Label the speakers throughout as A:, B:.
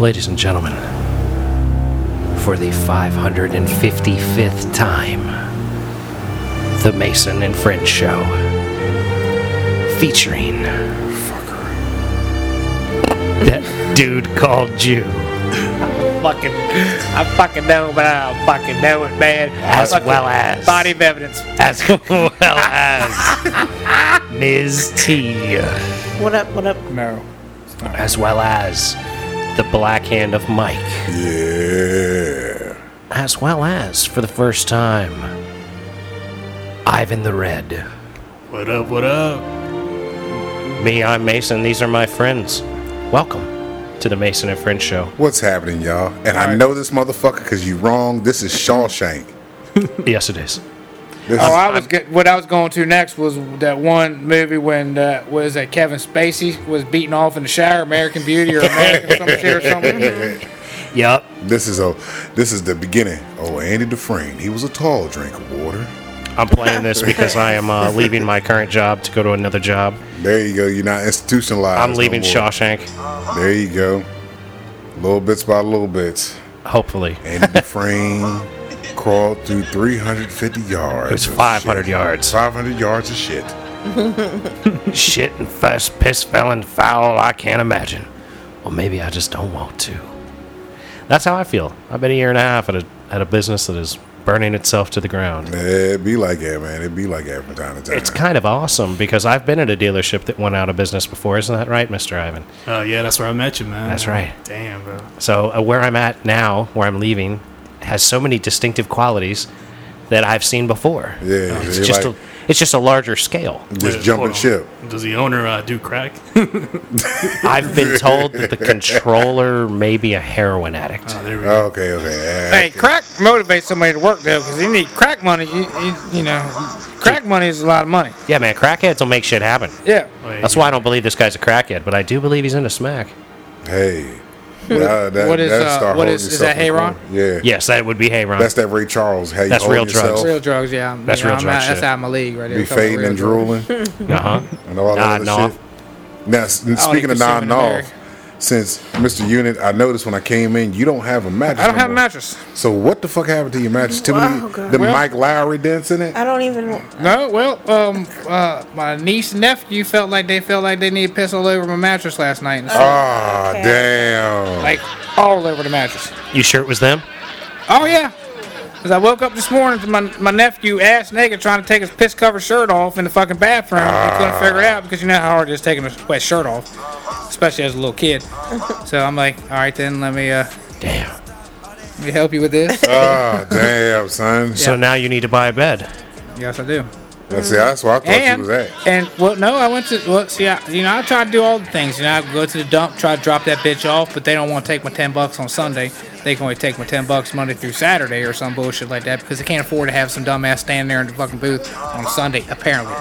A: Ladies and gentlemen, for the 555th time, The Mason and French Show, featuring. That dude called you.
B: fucking, I fucking know, but I don't fucking know it, man.
A: As
B: Fucking
A: well as-
B: body of evidence.
A: As well as. Ms. T.
B: What up? What up?
C: No.
A: As well as. The Black Hand of Mike.
C: Yeah.
A: as well as, for the first time, Ivan the Red.
C: What up, what up?
A: Me, I'm Mason. These are my friends. Welcome to the Mason and Friends Show.
D: What's happening, y'all? And I know this motherfucker because you wrong. This is Shawshank.
A: yes, it is.
D: This
B: Oh,
D: is,
B: I was get, what I was going to next was that one movie when uh, was that Kevin Spacey was beating off in the shower, American Beauty or American some shit or something.
A: Yup.
D: this is a this is the beginning. Oh, Andy Dufresne. He was a tall drink of water.
A: I'm playing this because I am uh, leaving my current job to go to another job.
D: There you go. You're not institutionalized.
A: I'm
D: no
A: leaving
D: more.
A: Shawshank,
D: There you go. Little bits by little bits.
A: hopefully.
D: Andy Dufresne crawled through 350 yards.
A: It was
D: of
A: 500
D: shit.
A: yards.
D: 500 yards of shit.
A: Shit and fuss, piss, felon, foul, I can't imagine. Or maybe I just don't want to. That's how I feel. I've been a year and a half at a, at a business that is burning itself to the ground.
D: It'd Eh, be like that, man. It'd be like that from time to time.
A: It's kind of awesome because I've been at a dealership that went out of business before, isn't that right, Mr. Ivan?
C: Oh, yeah, that's where I met you, man.
A: That's right.
C: Damn, bro.
A: So uh, where I'm at now, where I'm leaving, has so many distinctive qualities that I've seen before.
D: yeah,
A: it's
D: they
A: just
D: like-
A: a, it's just a larger scale.
D: just
C: Uh,
D: jumping
C: hold on.
D: ship.
C: Does the owner uh, do crack?
A: I've been told that the controller may be a heroin addict.
C: Oh, there we go.
D: Okay, okay. yeah,
B: hey,
D: okay.
B: crack motivates somebody to work though, because you need crack money. You, you, you know, crack money is a lot of money.
A: Yeah, man, crackheads will make shit happen.
B: Yeah.
C: Wait,
A: That's why I don't believe this guy's a crackhead, but I do believe he's into smack.
D: Hey. That, that,
B: Hmm. what is,
D: that'd
B: uh,
D: start
B: what
D: holding
B: is- is
D: yourself
B: that Hey
D: in the
B: Ron?
D: corner. Yeah.
A: Yes, that would be hey Ron.
D: That's that Ray Charles. How you
A: That's
D: hold
A: real drugs.
D: yourself,
B: Real drugs, yeah. I'm-
A: That's
B: you know,
A: real
B: I'm
A: drug
B: out- That's
A: shit.
B: out of my league right there.
D: Be
B: Talking about
D: fading
B: real
D: and
B: drugs.
D: drooling
A: uh huh.
D: and all that
A: Nah,
D: other shit. Now, s- speaking of
B: consuming
D: non off,
B: America.
D: since Mr. Unit, I noticed when I came in, you don't have a mattress.
B: I don't
D: no
B: have a
D: more.
B: mattress.
D: So what the fuck happened to your mattress? Too many
E: Oh, God.
D: the
B: Well-
D: Mike Lowry dents in it.
E: I don't even.
B: No, well, um, uh, my niece and nephew felt like they felt like they needed piss all over my mattress last night. And stuff.
D: Ah,
E: Okay.
D: damn.
B: like all over the mattress.
A: You sure it was them?
B: Oh yeah, because I woke up this morning to my my nephew ass naked trying to take his piss covered shirt off in the fucking bathroom. he couldn't figure it out because you know how hard it is taking a wet shirt off, especially as a little kid. so I'm like, all right then, let me uh,
A: Damn.
B: let me help you with this.
D: Ah, damn, son.
A: So now you need to buy a bed.
B: yes, I do.
D: That's, that's where I thought you
B: and
D: was at.
B: and well, no, I went to well, see, I, you know, I try to do all the things. You know, I go to the dump, try to drop that bitch off, but they don't want to take my ten bucks on Sunday. They can only take my ten bucks Monday through Saturday or some bullshit like that because they can't afford to have some dumbass stand there in the fucking booth on Sunday. Apparently,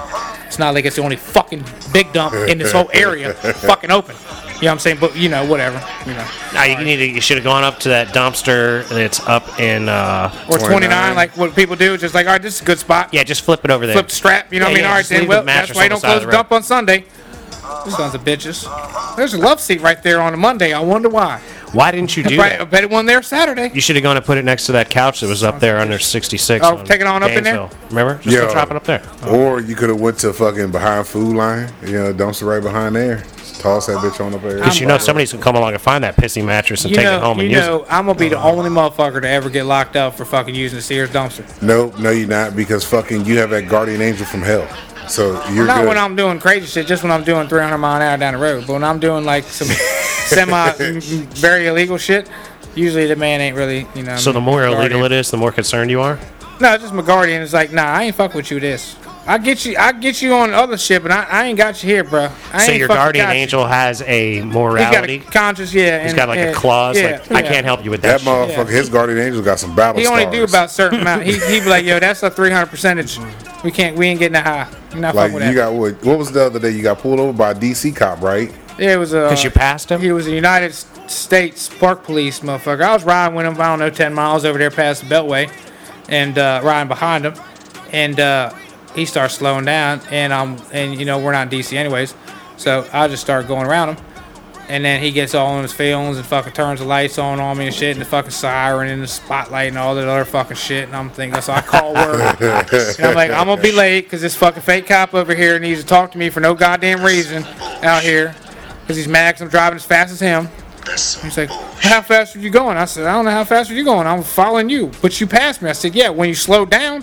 B: it's not like it's the only fucking big dump in this whole area fucking open. You know what I'm saying? But you know, whatever. You know,
A: Now you need to, you should have gone up to that dumpster that's up in uh,
B: or 29,
D: 29,
B: like what people do, just like all right, this is a good spot.
A: Yeah, just flip it over there.
B: Flip the strap, you know
A: Yeah,
B: what I mean?
A: yeah,
B: All right,
A: just leave
B: then.
A: the
B: Well, that's
A: mattress
B: why
A: on
B: you
A: the
B: don't
A: side of the
B: close the dump on Sunday. Sons of bitches. There's a love seat right there on a Monday. I wonder why.
A: Why didn't you do
B: Right, I
A: that?
B: bet it wasn't there Saturday.
A: You should have gone and put it next to that couch that was up there under 66.
B: Oh, take it on up in there?
A: Gainesville. Remember? Just go
D: Yeah.
A: drop it up there.
D: Or you could have went to fucking behind food line, you know, dumpster right behind there. Toss that bitch on up there.
A: Because you know somebody's going to come along and find that pissy mattress and
B: You
A: take
B: know,
A: it Oh. home
B: you
A: and use
B: know I'm going to be the only motherfucker to ever get locked up for fucking using the Sears dumpster.
D: Nope, no, you're not because fucking you have that guardian angel from hell. So you're
B: Not
D: good.
B: when I'm doing crazy shit, just when I'm doing 300 mile an hour down the road. But when I'm doing like some semi, m- m- very illegal shit, usually the man ain't really, you know.
A: it. So the more illegal it is, the more concerned you are.
B: No, it's just my guardian is like, nah, I ain't fuck with you this. I get you, I get you on other shit, but I, I ain't got you here, bro. I
A: So
B: ain't
A: your
B: fucking
A: guardian
B: got you.
A: angel has a
B: He's got a
A: morality.
B: conscience, yeah.
A: He's got like a clause. Like, I can't help you with that.
D: that
A: shit."
D: motherfucker, his guardian angel got some battle
B: He only do
D: scars.
B: about certain amount. He he be like, yo, that's a three hundred percentage. We can't, we ain't getting that high. You're not
D: like
B: fucking with
D: you
B: that.
D: got what? What was the other day? You got pulled over by a DC cop, right?
B: Yeah, it was a. uh,
A: 'Cause you passed him?
B: He was a United States Park Police motherfucker. I was riding with him. I don't know, ten miles over there past the Beltway, and uh, riding behind him, and uh, he starts slowing down, and I'm, and you know, we're not in DC anyways, so I just start going around him. And then he gets all on his feelings and fucking turns the lights on on me and shit and the fucking siren and the spotlight and all that other fucking shit. And I'm thinking, so I call work. and I'm like, I'm gonna be late because this fucking fake cop over here needs to talk to me for no goddamn reason out here because he's mad 'cause I'm driving as fast as him. He's like, how fast are you going? I said, I don't know how fast are you going. I'm following you, but you passed me. I said, yeah, when you slow down,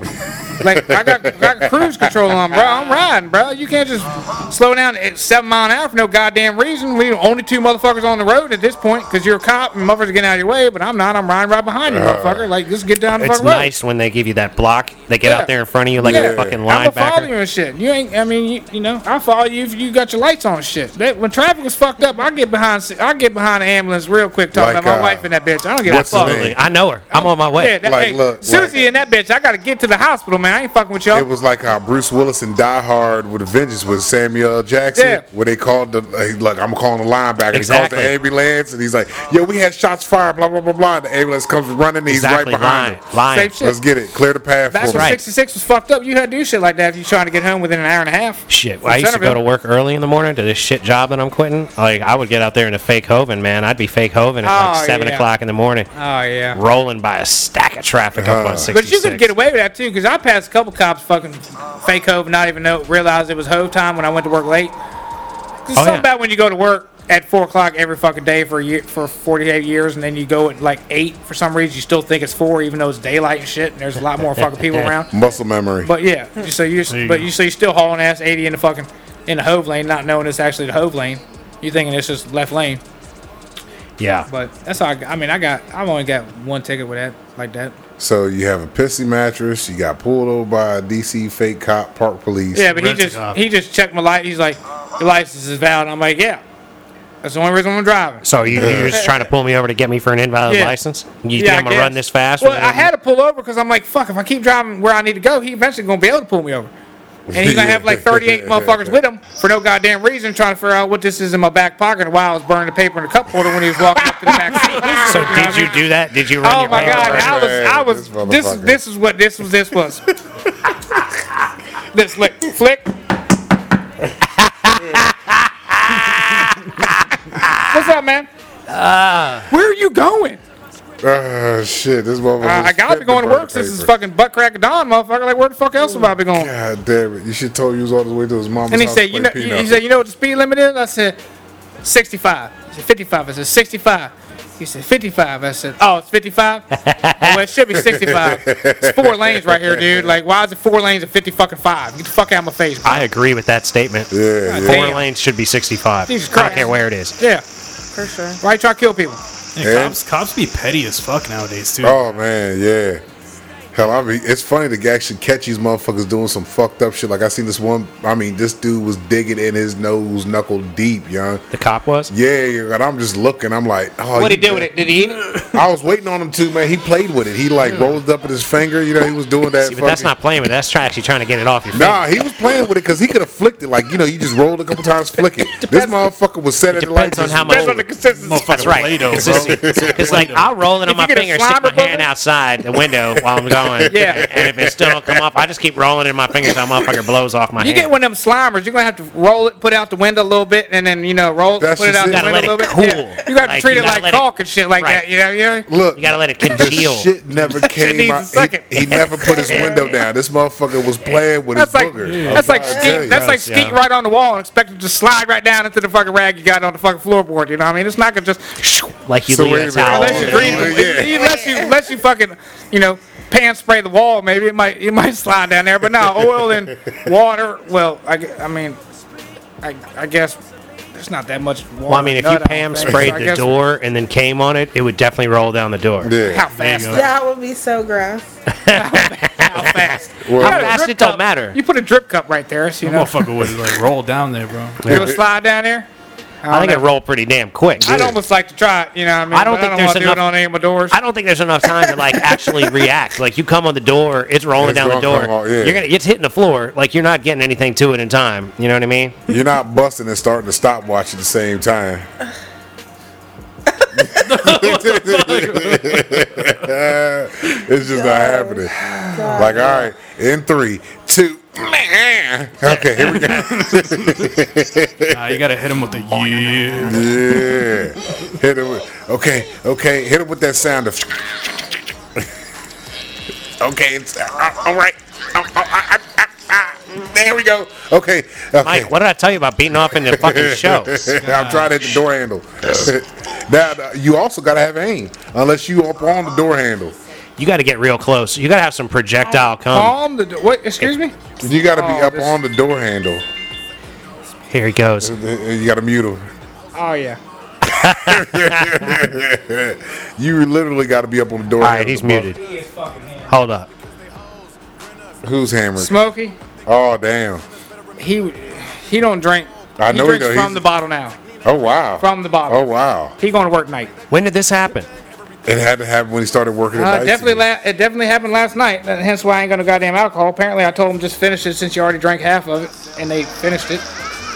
B: like I got, I got cruise control on, bro. I'm riding, bro. You can't just slow down at seven mile an hour for no goddamn reason. We the only two motherfuckers on the road at this point because you're a cop and motherfuckers getting out of your way, but I'm not. I'm riding right behind you, motherfucker. Like, just get down the
A: It's
B: fucking road.
A: nice when they give you that block. They get
B: Yeah.
A: out there in front of you like
B: Yeah.
A: a fucking
B: I'm gonna follow you
A: linebacker.
B: and shit. You ain't. I mean, you, you know, I follow you if you got your lights on and shit. That, when traffic is fucked up, I get behind. I get behind the ambulance real quick talking
D: Like,
B: about my
D: uh,
B: wife and that bitch. I don't give a
D: what's his
B: fuck.
D: name?
A: Absolutely. I know her. I'm on my way.
B: Yeah, that,
D: Like,
B: hey,
D: look,
B: Susie
D: like-
B: and that bitch. I gotta get to the hospital, man. I ain't fucking with y'all.
D: It was like how Bruce Willis in Die Hard with a Vengeance with Samuel L. Jackson,
B: Yeah.
D: where they called the like, look, I'm calling the linebacker.
A: Exactly.
D: He calls the ambulance, and he's like, "Yo, we had shots fired, blah blah blah blah." The ambulance comes running, and he's
A: exactly.
D: right behind
A: lying.
D: him.
A: Lying.
B: Same shit.
D: Let's get it, clear the path
B: That's
D: for
B: when
D: him.
A: Right.
B: 66 was fucked up. You had to do shit like that if you're trying to get home within an hour and a half.
A: Shit,
B: From
A: I used to go
B: Centerville.
A: to work early in the morning to this shit job that I'm quitting. Like, I would get out there in a fake hoven, man. I'd be fake hoven at
B: Oh,
A: like 7
B: yeah.
A: o'clock in the morning,
B: Oh yeah.
A: rolling by a stack of traffic
D: Uh.
A: up on 66.
B: But you could get away with that too, because I passed a couple cops fucking fake hove, and not even know realize it was hove time when I went to work late. There's
C: Oh,
B: something
A: yeah.
B: about when you go to work at four o'clock every fucking day for a year, for 48 years, and then you go at like eight for some reason. You still think it's four, even though it's daylight and shit, and there's a lot more fucking people around.
D: Muscle memory.
B: But yeah, you- so you're
C: you
B: but
C: go.
B: you so you're still hauling ass 80 in the fucking in the hove lane, not knowing it's actually the hove lane. You're thinking it's just left lane.
A: Yeah.
B: But that's how I, got- I mean I got I've only got one ticket with that like that.
D: so you have a pissy mattress. You got pulled over by a DC fake cop, park police.
B: Yeah, but he
C: Rent a
B: just
C: cop.
B: he just checked my light. He's like, your license is valid. I'm like, yeah. That's the only reason I'm driving.
A: So you, you're just trying to pull me over to get me for an invalid
B: Yeah.
A: license? You
B: Yeah, I
A: think I'm going to run
B: guess.
A: this fast?
B: Well,
A: with
B: I
A: an-
B: had to pull over because I'm like, fuck. If I keep driving where I need to go, he eventually gonna be able to pull me over. And he's gonna have like 38 motherfuckers with him for no goddamn reason, trying to figure out what this is in my back pocket and why I was burning the paper in the cup holder when he was walking up to the back seat.
A: So
B: know what I
A: did you
B: mean?
A: do that? Did you run
B: Oh
A: your
B: my
A: way
B: god!
A: over?
B: I was, I
D: Man,
B: was.
D: this
B: This, is
D: motherfucker.
B: this is what this was. This was. this lick, flick. What's up, man? Where are you going?
D: Ah, shit, this motherfucker.
B: Uh, I gotta be going to work. This is fucking butt crack of dawn, motherfucker. Like, where the fuck else would I be going?
D: God damn it! You should told you was on his way to his mama's
B: And he
D: house
B: said,
D: to
B: you know,
D: play
B: he,
D: Pinocchio.
B: said, you know what the speed limit is? I said, 65. I said, 55. I said, 65. He said, 55. I said, oh, it's 55? well, it should be 65. It's four lanes right here, dude. Like, why is it four lanes and 50 fucking five? Get the fuck out of my face. bro.
A: I agree with that statement.
D: yeah, yeah.
A: Four
B: Damn.
A: lanes should be 65.
B: Jesus
A: I don't
B: Christ.
A: care where it is.
B: Yeah. For sure. Why you try to kill people?
C: Yeah, cops, cops be petty as fuck nowadays too.
D: Oh man, yeah. Hell, I mean, it's funny to actually catch these motherfuckers doing some fucked up shit. Like I seen this one. I mean, this dude was digging in his nose, knuckle deep, young.
A: The cop was?
D: Yeah, and I'm just looking. I'm like, oh,
B: What'd he
D: you-
B: do with it? Did he eat it?
D: I was waiting on him too, man. He played with it. He like rolled it up with his finger. You know, he was doing that.
A: See, but that's
D: fucking-
A: not playing with it. That's try- actually trying to get it off your finger.
D: Nah, he was playing with it because he could have flicked it. Like you know, you just rolled a couple times, flick it. This motherfucker was setting it like
A: depends on
D: this.
A: how much-
D: rolled
B: That's on the
D: it.
B: consistency.
A: That's
C: Fucking
A: right.
C: Play-Doh,
A: It's,
C: bro.
A: just- it's like I'll roll it on
B: If
A: my
B: you get a
A: finger, stick
B: slobber
A: my hand
B: bubble-
A: outside the window while I'm going.
B: Yeah.
A: And if it still don't come off, I just keep rolling it in my fingers. That motherfucker blows off my
B: You
A: hand.
B: get one of them slimers. You're gonna have to roll it, put it out the window a little bit, and then you know roll,
D: That's
B: put it
D: just
B: out
D: it.
B: the
D: Gotta
B: window a little
A: let
B: bit.
A: it
B: Yeah.
A: cool.
B: You gotta
A: Like,
B: treat
A: you
B: it
A: gotta
B: like
A: let it-
B: caulk and shit like
A: Right.
B: that. You know, you know.
D: Look,
A: you gotta let it
D: The
A: congeal.
D: shit never came
B: needs a
D: out.
B: second.
D: He, he never put his window down. This motherfucker was playing with
B: That's
D: his
B: like
D: booger.
B: that's
D: I'm
B: like
D: trying to
B: skeet,
D: tell you.
B: that's like
A: Yeah.
B: skeet right on the wall and expect it to slide right down into the fucking rag you got on the fucking floorboard. You know what I mean? It's not gonna just
A: Like you
D: So wait
A: leave
D: a
A: a
D: minute.
A: towel.
B: unless
A: on
B: you
A: it.
D: Oh, yeah.
B: breathe,
D: Yeah.
B: unless you unless you fucking you know pan spray the wall. Maybe it might it might slide down there, but no oil and water. Well, I, gue- I mean, I, I guess there's not that much. Water
A: Well, I mean, if
B: nut,
A: you
B: don't
A: Pam
B: think.
A: sprayed
B: So I
A: the
B: guess-
A: door and then came on it, it would definitely roll down the door.
B: how
D: Yeah.
B: fast?
C: go.
B: That,
E: That would be so gross.
B: how fast?
D: Well,
A: How fast it don't matter.
B: You put a drip cup right there, so you know
C: Motherfucker would like roll down there, bro.
B: it'll slide down there.
A: I think it rolled pretty damn quick.
B: I'd almost like to try it. You know, what I mean,
A: I don't
B: but
A: think
B: I don't
A: there's
B: want to do it
A: enough-
B: on any of my doors.
A: I don't think there's enough time to like actually react. Like you come on the door, it's rolling
D: It's
A: down the
D: gonna
A: door.
D: come out, yeah.
A: You're gonna it's hitting the floor. Like you're not getting anything to it in time. You know what I mean?
D: You're not busting and starting to stopwatch at the same time. it's just not happening. Like, all right, in three, two, Okay, here we go.
C: Nah, you gotta hit him with the yeah.
D: Yeah. Hit him with, okay, okay, hit him with that sound of. okay, it's, uh, all right. Uh, uh, uh, uh, uh, there we go. Okay, okay.
A: Mike, what did I tell you about beating off in your fucking show?
D: I'm trying to hit the door handle. now, uh, you also got to have aim, unless you up on the door handle.
A: You got to get real close. You got to have some projectile
D: Um,
A: come.
B: Palm the. do- What? Excuse me?
D: You got to be
B: Oh,
D: up
B: this-
D: on the door handle.
A: Here he goes.
D: Uh, You got to mute him.
B: Oh, yeah.
D: You literally got to be up on the door
A: All
D: handle.
A: right, he's muted. Hold up.
D: Who's hammering?
B: Smokey,
D: Oh, damn.
B: he he don't drink.
D: I know he
B: he drinks
D: don't.
B: from
D: He's-
B: the bottle now.
D: Oh, wow.
B: From the bottom.
D: Oh, wow.
B: He going to work night.
A: When did this happen?
D: It had to happen when he started working at
B: Uh,
D: Dyson.
B: definitely, la- it definitely happened last night. and Hence why I ain't gonna goddamn alcohol. Apparently, I told him just finish it since you already drank half of it, and they finished it.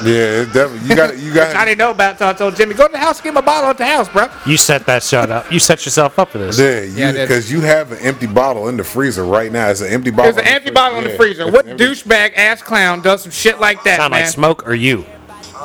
D: Yeah, it definitely. You got you
B: I
D: got
B: didn't know about it, so I told Jimmy, go to the house, get my bottle at the house, bro.
A: You set that shut up. You set yourself up for this.
D: yeah,
B: Yeah,
D: you
B: that-
D: because you have an empty bottle in the freezer right now. It's an empty bottle.
B: There's an
D: in the
B: empty
D: freezer.
B: bottle in the
D: Yeah,
B: freezer.
D: it's
B: What
D: an empty-
B: douchebag ass clown does some shit like that,
A: Sound
B: man?
A: like smoke or you?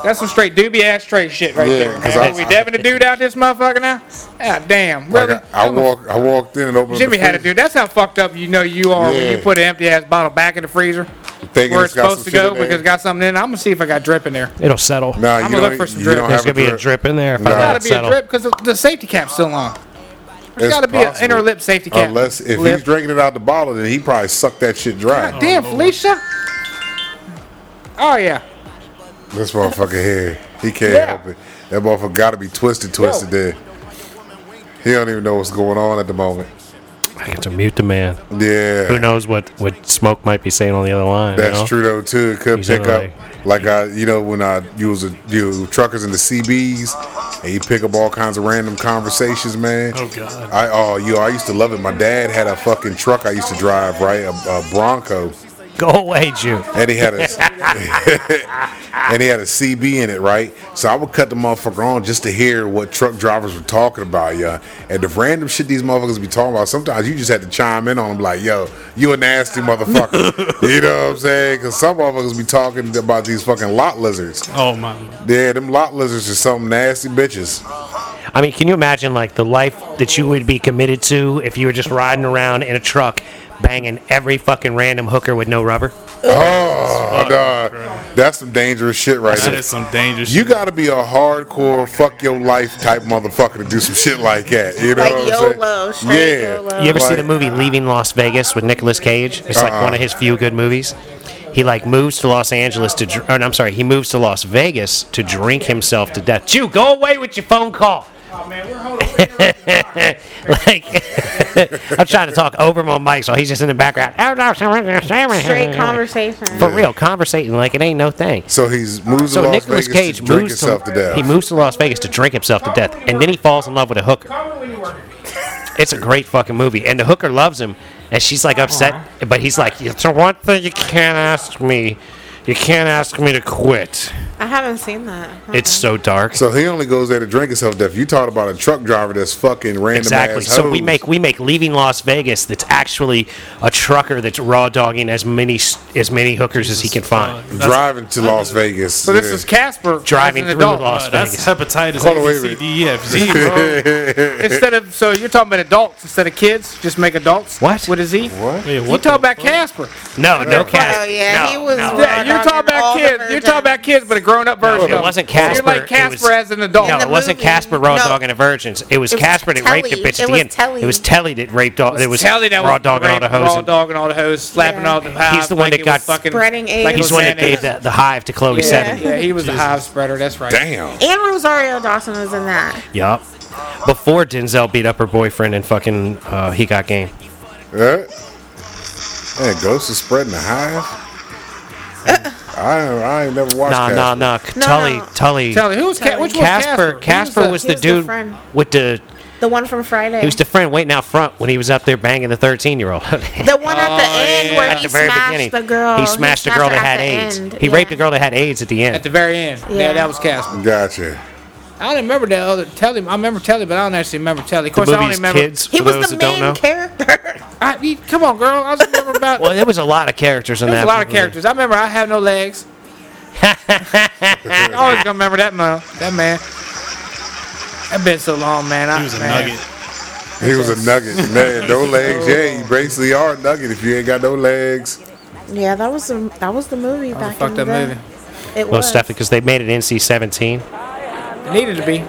B: That's some straight doobie ass tray shit right
D: Yeah,
B: there.
D: 'cause
B: Man.
D: I-
B: Are we dabbing the dude out this motherfucker now? Ah, damn,
D: Like
B: really?
D: I, I walked I walked in and opened. up
B: Jimmy
D: the
B: had to
D: freezer
B: do. That's how fucked up you know you are
D: Yeah.
B: when you put an empty ass bottle back in the freezer
D: thinking
B: where it's
D: got
B: supposed
D: some
B: to
D: shit
B: go
D: in there.
B: because it got something in. it. I'm gonna see if I got drip in there.
A: It'll settle.
D: Nah, you
B: I'ma
D: don't, e-
B: look for some
D: you
B: drip.
D: don't
B: There's
A: There's
D: have
A: gonna be a drip in there. If I
D: Nah.
A: let
B: gotta
A: it
B: be
A: settle.
B: a drip because the safety cap's still on. There's
D: It's
B: gotta be an
D: possible.
B: inner lip safety cap.
D: Unless if
B: Lip.
D: he's drinking it out the bottle, then he probably sucked that shit dry.
B: Damn, Felicia. Oh yeah.
D: This motherfucker here, he can't
B: Yeah.
D: help it. That motherfucker got to be twisted, twisted there. He don't even know what's going on at the moment.
A: I get to mute the man. Who
D: Yeah,
A: knows what what smoke might be saying on the other line? you
D: that's
A: know?
D: true though too. It could
A: He's
D: pick up
A: literally-
D: like I, you know, when I you was a, you was truckers in the CBs, and you pick up all kinds of random conversations, man.
C: Oh god.
D: I oh you, I used to love it. My dad had a fucking truck I used to drive, right, a, a Bronco.
A: Go away, Jew.
D: and he had a and he had a CB in it, right? So I would cut the motherfucker on just to hear what truck drivers were talking about, yeah. And the random shit these motherfuckers be talking about, sometimes you just had to chime in on them, like, "Yo, you a nasty motherfucker," you know what I'm saying? Because some motherfuckers be talking about these fucking lot lizards.
C: Oh my.
D: Yeah, them lot lizards are some nasty bitches.
A: I mean, can you imagine like the life that you would be committed to if you were just riding around in a truck, banging every fucking random hooker with no rubber?
D: Oh, dog. that's some dangerous shit right
C: That
D: there.
C: is some dangerous.
D: You
C: shit.
D: gotta be a hardcore fuck your life type motherfucker to do some shit like that. You know
E: Like
D: what
E: YOLO,
D: I'm
E: straight
D: saying? Yeah.
E: YOLO.
A: You ever see
D: Like-
A: the movie Leaving Las Vegas with Nicolas Cage? It's like one of his few good movies. He like moves to Los Angeles to, dr- or, no, I'm sorry, he moves to Las Vegas to drink himself to death. Jew, go away with your phone call. like, I'm trying to talk over my mic, so he's just in the background.
E: Straight conversation.
A: For real, conversating like it ain't no thing.
D: So he's moves
A: So
D: to Las
A: Nicolas
D: Vegas
A: Cage
D: to drink
A: moves to,
D: himself to, death.
A: he moves to Las Vegas to drink himself to death, and then he falls in love with a hooker. It's a great fucking movie, and the hooker loves him, and she's like upset, but he's like, "It's the one thing you can't ask me. You can't ask me to quit."
E: I haven't seen that.
A: It's so dark.
D: so he only goes there to drink himself to death. You talked about a truck driver that's fucking random
A: Exactly.
D: ass
A: So we
D: hoes.
A: make we make leaving Las Vegas. That's actually a trucker that's raw dogging as many s- as many hookers as he can find.
C: That's-
D: driving to Las Vegas.
B: So this is Casper
A: Driving
B: as an
A: through
B: adult.
A: Las-
C: Uh, that's hepatitis
D: Hold on,
C: A,
D: wait a
C: B, C,
D: minute.
C: D, E, F, Z, bro.
B: Instead of so you're talking about adults instead of kids, just make adults.
A: What?
B: What is he?
D: what?
C: Wait,
B: You
C: what
B: talking about Casper?
A: No, no cat.
E: Oh, yeah,
A: no,
E: he was
A: no.
E: raw
B: Yeah, you're talking
E: dogging
B: about
E: all the
B: kids. You're
E: virgins.
B: talking about kids, but a grown-up version. of
A: It
B: 'em.
A: wasn't
B: So
A: Casper.
B: You're like
A: it was-
B: Casper as an adult.
A: No,
E: In
A: it
E: the
A: wasn't
E: movie.
A: Casper raw
E: No.
A: dogging the virgins. It was
E: It was
A: Casper that raped the
E: Telly.
A: bitch
E: It
A: at the
E: was
A: end.
E: Telly.
A: It was Telly that raped all. It was
B: Telly that
A: raw
B: was
A: dogging all the
B: raped, Raw
A: hoes.
B: dogging all the hoes, slapping
E: Yeah.
B: all the hives.
A: the one
B: like
A: that
B: it
A: got
B: was fucking
E: Spreading AIDS.
B: it
A: He's
B: was
A: the one that
B: mayonnaise.
A: gave the, the hive to Chloe Seven.
B: Yeah, he was a hive spreader. That's right.
D: Damn.
E: And Rosario Dawson was in that.
A: Yup. Before Denzel beat up her boyfriend and fucking uh, he got game.
D: Huh? Man, ghosts is spreading the hive. I I ain't never watched
A: Nah,
D: that.
A: nah, nah.
E: No,
A: Tully,
E: no.
A: Tully.
B: Tell me, who was Ca- which one
A: Casper,
B: was Casper?
A: Casper was
E: he
A: the
E: was the
A: dude
E: friend.
A: with the.
E: The one from Friday.
A: He was the friend waiting out front when he was up there banging the thirteen-year-old.
E: the one at the end where
A: Oh, At
E: he
A: the very
E: smashed
A: beginning,
E: the girl.
A: he smashed the girl
E: her
A: that had
E: at the
A: AIDS.
E: end.
A: He
E: Yeah.
A: raped the girl that had AIDS at the end.
B: At the very end. Yeah.
E: Yeah.
B: that was Casper.
D: Gotcha.
B: I don't remember that other Telly. I remember Telly, but I don't actually remember Telly. Of
A: the
B: course, I only
A: movie's
B: remember.
A: kids.
E: He
A: for
E: was
A: those
E: the
A: that don't know.
E: main character.
B: I, you- come on, girl. I was remember about
A: Well, there was a lot of characters in that.
B: there's a lot of
A: movie.
B: characters. I remember I have no legs. I always gonna remember that man. That man. That been so long, man. I,
C: He was a
B: man.
C: nugget.
D: He was a nugget, man. No legs, yeah. You basically are a nugget if you ain't got no legs.
E: Yeah, that was the that was the movie
B: That was a
E: back in
B: fucked
E: the
B: up
E: day.
B: movie.
E: It was.
A: Most definitely, because they made it NC-17.
B: It needed to be.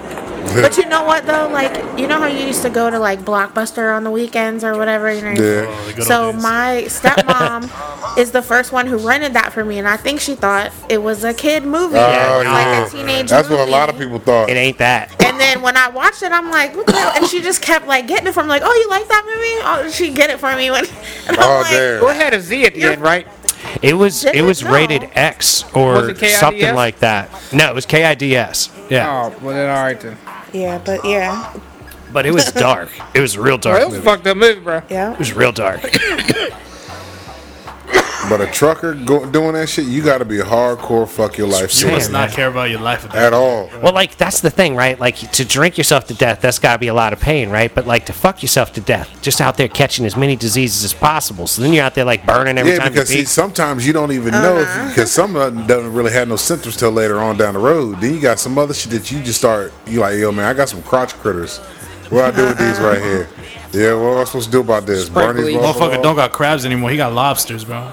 E: But you know what though? Like you know how you used to go to like Blockbuster on the weekends or whatever. You know.
D: Yeah.
C: Oh, the good old
E: So
C: days.
E: my stepmom is the first one who rented that for me, and I think she thought it was a kid movie,
D: Oh,
E: like
D: yeah.
E: a teenage
D: That's what a
E: movie.
D: lot of people thought.
A: It ain't that.
E: And then when I watched it, I'm like, what the hell? And she just kept like getting it from like, oh, you like that movie? Oh, she get it for me when. And I'm
D: Oh,
E: like,
D: there.
B: Well, it had a Z at the end, right?
A: It was it was
E: No.
A: rated X
B: Was
A: or
B: it KIDS?
A: something like that. No, it was KIDS. Yeah,
B: Oh, well then, all right then.
E: Yeah, but yeah,
A: but it was dark. It was a real dark.
B: Well, it was a
A: movie.
B: fucked up movie, bro.
A: It
E: yeah.
A: was real dark.
D: But a trucker go- doing that shit, you got to be hardcore. Fuck your
C: You
D: life
A: Damn,
C: must
D: serious
C: not
A: man.
C: care about your life at that.
D: at all.
A: Well, like that's the thing, right? Like to drink yourself to death, that's got to be a lot of pain, right? But like to fuck yourself to death, just out there catching as many diseases as possible. So then you're out there like burning every
D: Yeah,
A: time
D: because
A: you
D: see,
A: beat.
D: sometimes you don't even know know because some of them don't really have no symptoms till later on down the road. Then you got some other shit that you just start. You like, yo, man, I got some crotch critters. What I do with these right here? Yeah, what am I supposed to do about this?
B: Spread
D: Burn these
B: bleach.
D: motherfuckers
C: Motherfucker don't got crabs anymore. He got lobsters, bro.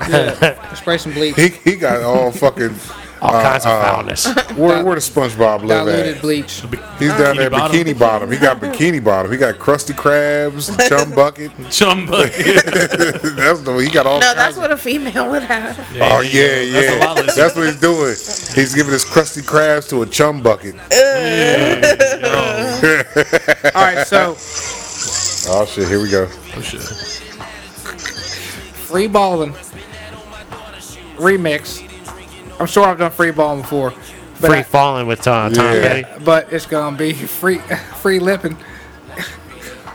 B: Spray some bleach,
D: He, he got all fucking.
A: all
D: uh,
A: kinds
D: uh,
A: of foulness.
D: Where, where the SpongeBob live
B: diluted
D: at?
B: bleach.
D: He's down there,
C: Bikini Bottom.
D: Bikini Bottom. He got Bikini Bottom. He got Krusty Krabs, Chum Bucket.
C: Chum bucket.
D: that's the he got all.
E: No, that's what a female would have.
D: Oh yeah, yeah.
C: That's a lot less.
D: That's, what he's doing. He's giving his crusty crabs to a chum bucket.
B: All right, so
D: Oh shit, here we go.
C: Oh, shit.
B: free balling remix. I'm sure I've done free balling before, but
A: Free
B: I-
A: falling with uh, Tom
D: Yeah.
A: Petty.
B: but it's gonna be free free lipping.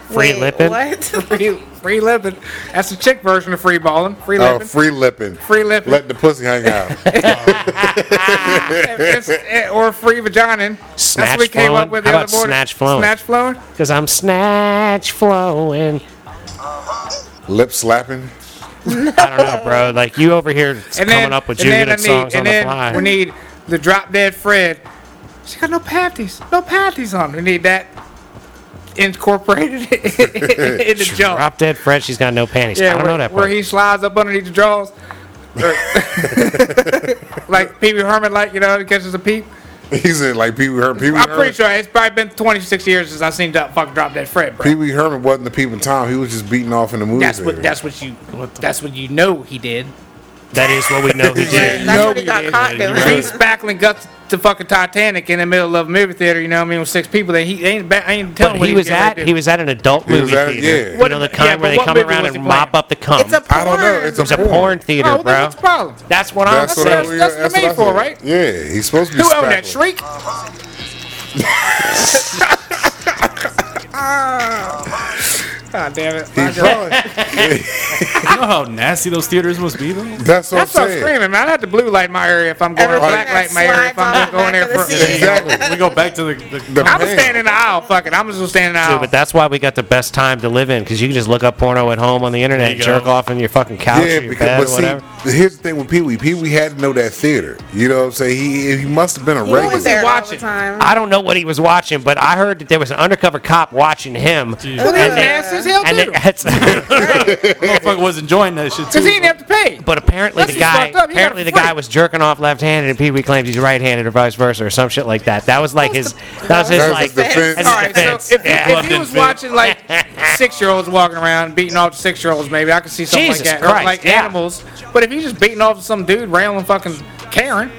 A: Free
E: Wait,
A: lipping?
E: What?
B: Free, free lipping. That's the chick version of free balling. Free
D: Oh,
B: lipping.
D: free lipping.
B: Free lipping.
D: Let the pussy hang out.
B: It's- eh, or free vagina. That's
A: Snatch
B: what we came
A: flowing?
B: up with the
A: How
B: other
A: about
B: morning.
A: snatch flowing?
B: Snatch flowing.
A: Because I'm snatch flowing.
D: Lip slapping.
A: I don't know, bro. Like you over here coming up with
B: and then I
A: Juliet
B: need-
A: songs on
B: and
A: the
B: then
A: fly.
B: We need the drop dead Fred. She got no panties, no panties on. We need that incorporated in the jump.
A: Drop dead Fred. She's got no panties. I
B: Yeah,
A: don't
B: where,
A: know that
B: where
A: part.
B: he slides up underneath the drawers, Or- like Pee Wee Herman, like you know, he catches a peep.
D: He's in like Pee Wee Herman. Pee Wee
B: I'm pretty
D: Herman.
B: sure it's probably been 26 years since I seen that fucking drop dead Fred, bro.
D: Pee Wee Herman wasn't the peeping Tom. He was just beating off in the movie
B: That's what
D: theater.
B: that's what you that's what you know he did.
A: That is what we know he did.
E: That's what he got
B: Nobody
E: caught
C: did.
E: doing.
B: If he's spackling guts to fucking Titanic in the middle of a movie theater, you know what I mean, with six people, then he they ain't, ba- I ain't telling
A: But
B: what
A: he was
B: getting
A: at
B: ready to
A: he
B: do.
A: was at an adult
D: was
A: movie
D: at- yeah.
A: theater. You
B: What-
A: know the
B: yeah,
A: kind
B: but
A: where they
B: what
A: come
B: movie
A: around
B: was he
A: and mop
B: playing?
A: up the cum.
E: It's a porn.
D: I don't know. It's a
A: It's a
D: porn.
A: porn theater,
B: Oh,
A: bro.
B: that's the problem.
A: That's what I'm
D: That's what I
A: saying.
D: was-
B: that's what
D: that's
B: I'm
D: what I
B: made for,
D: said.
B: right?
D: Yeah, he's supposed to be.
B: Who owned that
D: spackling.
B: shriek?
E: Uh-huh.
B: God Ah, damn it. My
D: He's
B: God.
D: probably-
C: You know how nasty those theaters must be, though?
D: That's what
B: That's
D: I'm
B: what I'm
D: saying.
B: screaming, man. I have to blue light my area if I'm going or
E: Everything
B: black
E: that
B: light my area if
E: slides
B: I'm
E: off the
B: going there
E: back
B: for.
E: of the seat.
D: Exactly.
C: We go back to the. the,
B: I'm
D: Man.
B: standing in the aisle, fuck it. I'm just gonna stand in the
A: Dude,
B: aisle.
A: but that's why we got the best time to live in because you can just look up porno at home on the internet,
C: There you
A: and jerk
C: go.
A: off on your fucking couch
D: Yeah,
A: or your bed or
D: because
A: whatever.
D: but see, here's the thing with Pee Wee. Pee Wee had to know that theater. You know what I'm saying? He he must have been a
E: He
D: regular.
E: was there all the
B: Watching.
E: time.
A: I don't know what he was watching, but I heard that there was an undercover cop watching him.
B: Well,
A: And
B: that's
A: they-
B: nasty as hell,
A: and
B: too.
A: they- that's-
C: motherfucker was enjoying that shit, too.
B: Because he didn't have to pay.
A: but apparently
B: That's
A: the guy,
B: fucked up. You got
A: apparently
B: it
A: the
B: free.
A: guy was jerking off left-handed, and Pee Wee claims he's right-handed or vice versa or some shit like that. That was like his. That was his
D: That was
A: like.
D: his defense.
A: as
D: All
A: a
D: right,
A: defense.
B: so if,
A: Yeah.
B: if he was watching like six year olds walking around beating off six year olds, maybe I could see something
A: Jesus
B: like that,
A: Christ,
B: or like
A: yeah.
B: animals. But if he's just beating off some dude, railing fucking Karen,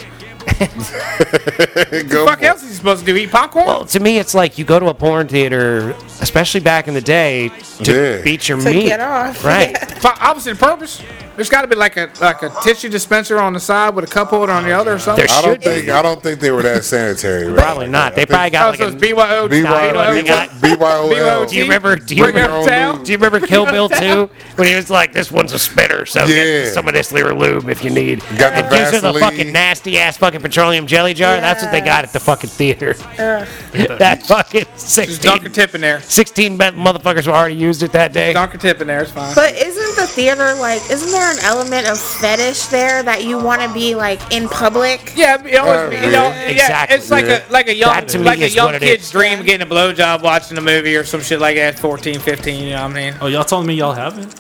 D: Go
B: fuck
D: for it.
B: else is he supposed to do? Eat popcorn?
A: Well, to me, it's like you go to a porn theater, especially back in the day, to
D: Yeah.
A: beat your
E: To
A: meat.
E: get off.
A: Right.
B: For opposite purpose. There's got to be like a like a tissue dispenser on the side with a cup holder on the other or something.
A: There's-
D: I don't
A: Should be.
D: think I don't think they were that sanitary. man.
A: Probably not. They probably
B: oh,
A: got like
B: so
A: a.
B: it's BYO.
D: B
A: No,
D: Y
A: you know what
D: O
A: we
D: L.
A: got?
D: B Y O L.
A: do you remember? Do you
B: Bring
A: remember?
B: up towel.
A: Do you remember Kill Bill 2? When he was like, this one's a spitter, so
D: Yeah.
A: get some of this Lear lube if you need.
D: Got the
A: and gives her the
D: Vaseline.
A: fucking nasty ass fucking petroleum jelly jar. That's what they got at the fucking theater. that fucking
B: Just dunk a
A: 16,
B: tip in there.
A: 16 bet motherfuckers who already used it that day.
B: Dunk a tip in there. It's fine.
E: But isn't the theater like? Isn't there an element of fetish there that you want to be like in public?
B: Yeah, you know, it's, you know, yeah,
A: Uh, Exactly.
B: it's like a like a young
A: That to me
B: like a
A: is what
B: young
A: it
B: kid's
A: is.
B: dream of getting a blowjob watching a movie or some shit like that at 14, 15, you know what I mean?
C: Oh, y'all telling me y'all haven't?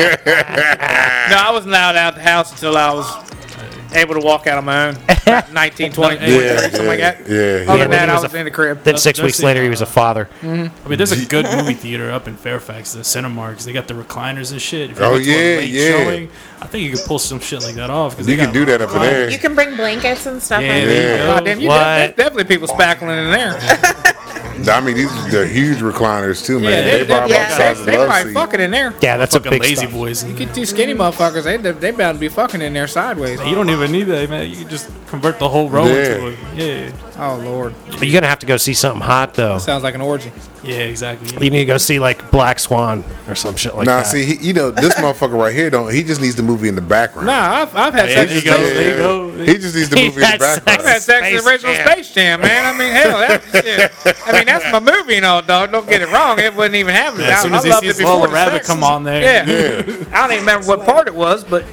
B: No, I wasn't allowed out the house until I was able to walk out on my own. 19, 20,
D: Yeah,
B: something like
D: yeah,
B: that.
D: yeah,
B: Other
D: yeah.
B: than that,
A: He
B: I
A: was
B: was
A: a-
B: in the crib.
A: Then six
C: I've
A: weeks
C: seen
A: later,
C: that.
A: he was a father.
C: I mean, there's a good movie theater up in Fairfax, the Cinemarks. They got the recliners and shit. If you
D: Oh,
C: went to a
D: yeah,
C: late
D: yeah.
C: I think you could pull some shit like that off. 'cause
D: You
C: they
D: can
C: got
D: do that up in
C: recliners.
D: there.
E: You can bring blankets and stuff.
C: Yeah,
E: in
C: there
E: there.
C: you
D: Yeah.
C: go.
B: God Oh, damn, you
A: What?
B: there's definitely people spackling in there.
D: I mean, these are huge recliners too, man.
B: Yeah,
D: they
B: they, they,
D: buy about
E: yeah.
D: the size
B: they,
D: of
B: they
D: love
B: probably
D: seat.
B: fucking in there.
A: Yeah, that's a
C: Fucking
A: big
C: lazy
A: stuff.
C: boys. in there.
B: Get these skinny motherfuckers. They they bound to be fucking in there sideways.
C: You don't even need that, man. You can just convert the whole row into a yeah,
B: Oh lord,
A: But you're gonna have to go see something hot though.
B: sounds like an orgy.
C: yeah, exactly.
A: You need to go see like Black Swan or some shit like
D: Nah,
A: that.
D: see, he, you know, this motherfucker right here don't. He just needs the movie in the background.
B: Nah, I've, I've had
C: Yeah,
B: sex.
C: there you
B: with
C: go.
B: Space-
C: There you go.
D: He just needs the
A: He
D: movie in the
A: had
D: background.
B: I've had sex in
A: Space
B: the original
A: Jam.
B: Space Jam, man. I mean, hell, that shit. I mean, that's my movie and all, dog. Don't get it wrong. It wasn't even happening.
C: As
B: I,
C: soon
B: I
C: as he
B: loved it
C: sees
B: before
C: Lola
B: the
C: Rabbit
B: sex.
C: come on there,
B: Yeah. I don't even remember what part it was, but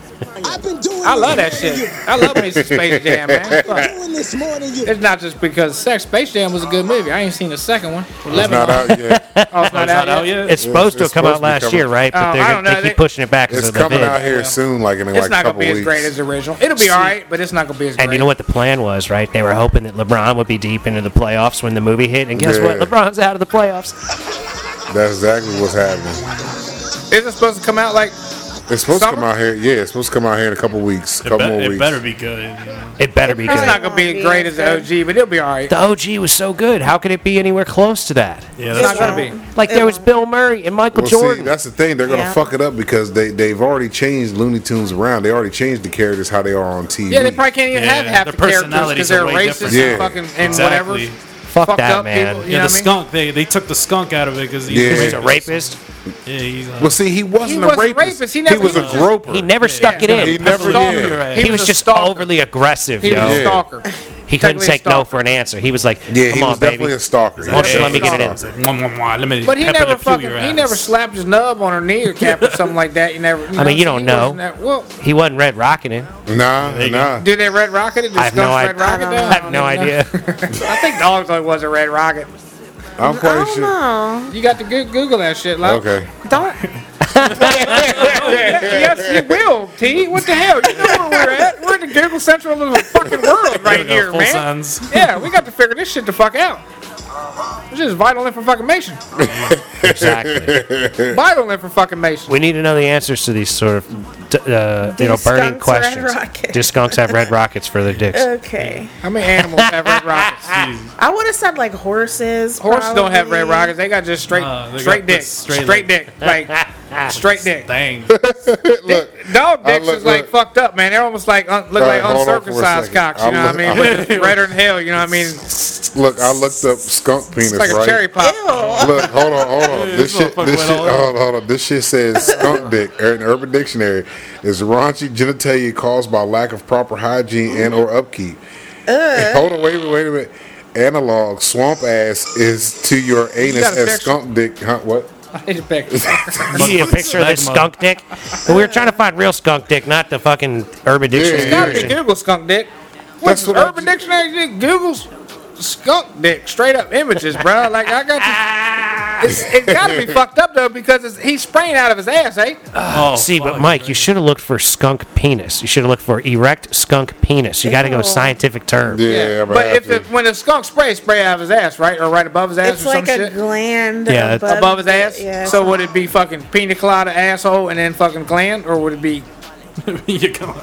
F: I've been doing
B: I love that
F: this more
B: shit. I love me some Space Jam, man.
F: than
B: Fuck.
F: you. Doing this more than you.
B: It's not just because sex. Space Jam was a good movie. I ain't seen the second one.
D: It's
B: Eleven.
D: not out yet.
B: Oh, it's
C: Oh,
B: not
C: it's not
B: out
C: out
B: yet.
C: yet.
A: it's supposed
D: it's
A: to come
D: supposed
A: out
D: to
A: last
D: be coming-
A: year, right?
B: Oh,
A: But
B: I
A: they're,
B: don't
A: they
B: know.
A: keep
B: They-
A: pushing it back.
D: It's
A: so they're
D: coming
A: big.
D: out here soon, like in like
B: It's
D: a
B: not gonna
D: couple
B: be
D: weeks.
B: as great as the original. It'll be all right, but it's not gonna be as great.
A: And you know what the plan was, right? They were hoping that LeBron would be deep into the playoffs when the movie hit, and guess what?
D: Yeah.
A: LeBron's out of the playoffs.
D: That's exactly what's happening.
B: Is it supposed to come out like?
D: It's supposed to
B: Summer?
D: come out here. Yeah, it's supposed to come out here in a couple weeks.
C: it,
D: couple
C: bet-
D: more
C: it
D: weeks.
C: better be good. you know.
A: It better be
B: It's not
A: good.
B: gonna be as great as the OG, but it'll be all right.
A: The OG was so good. How could it be anywhere close to that?
C: Yeah,
B: It's not
C: that's
B: gonna
C: true.
B: be.
A: Like there was Bill Murray and Michael
D: Well, see,
A: Jordan.
D: that's the thing. They're gonna
E: Yeah.
D: fuck it up because they they've already changed Looney Tunes around. They already changed the characters how they are on TV.
B: Yeah, they probably can't even
C: Yeah,
B: have half
C: their
B: the characters because
C: personalities are
B: they're racist
C: way different.
D: Yeah.
B: and fucking and
C: Exactly.
B: whatever.
A: Fuck
B: fucked
A: that
B: up
A: man.
B: people,
C: Yeah,
B: you know what
C: the
B: I mean?
C: skunk. They they took the skunk out of it because
D: Yeah.
A: He's a rapist.
C: Yeah, he's uh,
D: Well, see, he wasn't a
B: wasn't a
D: rapist.
B: rapist. He never-
D: was a groper.
A: He never stuck it in.
D: He never
B: stalker.
D: did.
A: He,
C: He
A: was,
B: a
A: just
B: stalker.
A: overly aggressive,
B: He was
A: yo.
B: a
D: Yeah.
B: stalker.
A: He couldn't
B: technically a
A: take no
B: stalker.
A: for an answer. He was like,
D: Yeah,
A: "Come
D: he
A: on,
D: was
A: baby."
D: definitely a stalker.
A: Hold on,
D: Yeah,
A: let me get it in.
D: stalker.
C: mwah, mwah, mwah, let me
B: But he
C: pepper
B: never
C: the fuel
B: fucking
C: your
B: he
C: ass.
B: never slapped his nub on her knee or cap or something like that. You never. You
A: I mean, you don't
B: he
A: know.
B: wasn't That, well,
A: He wasn't red rocking it.
D: Nah, nah.
B: did they red rocket it? Did
A: I have no
B: skunks
A: idea.
B: red rocket
E: I
A: I
B: that?
A: have no idea.
B: I think dogs like was a red rocket.
D: I'm
E: I
D: quite
E: don't
D: sure.
E: know.
B: You got to go- Google that shit, like.
D: Okay.
E: Don't.
B: yes, you will, T. What the hell? You know where we're at? We're in the Google Central of the fucking world
C: There we
B: right
C: go,
B: here,
C: full
B: man.
C: signs.
B: Yeah, we got to figure this shit the fuck out. This is vital information.
A: exactly.
B: Vital information.
A: We need to know the answers to these sort of, d- uh, you
E: Do
A: know, burning
E: skunks red
A: questions.
E: rocket?
A: Do skunks have red rockets for their dicks?
E: Okay.
B: How many animals have red rockets?
E: I would have said like horses.
B: Horses don't have red
E: probably.
B: rockets. They got just straight,
C: Uh, they
B: straight
C: got
B: dick,
C: this straight
B: straight, dick, like straight dick.
C: Dang.
D: Look,
B: Dog
D: I
B: dicks
D: look-
B: is like
D: look.
B: fucked up, man. They're almost like un- look
D: All
B: like
D: right, hold on for a
B: uncircumcised
D: second.
B: cocks. You
D: I'm
B: know what I
D: look-
B: mean? Which is redder than hell. You know what I mean? It's
D: look, I looked up skunk penis,
B: like a
D: right?
B: cherry pop.
E: Ew.
D: Look, hold on, hold on. This
C: this
D: shit,
C: motherfucker
D: this
C: went
D: shit,
C: all over.
D: hold on, hold on. This shit says skunk dick er, in Urban Dictionary is raunchy genitalia caused by lack of proper hygiene and or upkeep. Hold on, wait a minute, wait a minute. Analog swamp ass is to your anus
B: got a
D: as
B: picture?
D: skunk dick. Huh, what?
B: I need a picture.
A: You see a picture of this
C: Smegma.
A: skunk dick? And we were trying to find real skunk dick, not the fucking Urban Dictionary.
D: Yeah.
B: Gotta be
A: version.
B: Google skunk dick.
D: That's
B: What's
D: what I
B: Urban
D: ju-
B: Dictionary? Just Googles skunk dick. Straight up images, bro. Like I got this. It's, it's gotta be fucked up though because it's, he's spraying out of his ass, eh?
C: Oh,
A: See, but
C: fuck.
A: Mike, you should have looked for skunk penis. You should have looked for erect skunk penis. You got to go
E: Ew.
A: scientific term.
D: Yeah, I'm
B: but
D: gonna
B: if
D: have
B: it, when the skunk spray, spray out of his ass, right, or right above his ass,
E: It's
B: or
E: like a
B: some shit.
E: gland.
A: Yeah, it's-
E: above,
B: Above his ass,
E: Yeah.
B: so would it be fucking pina colada asshole and then fucking gland, or would it be?
C: You're going-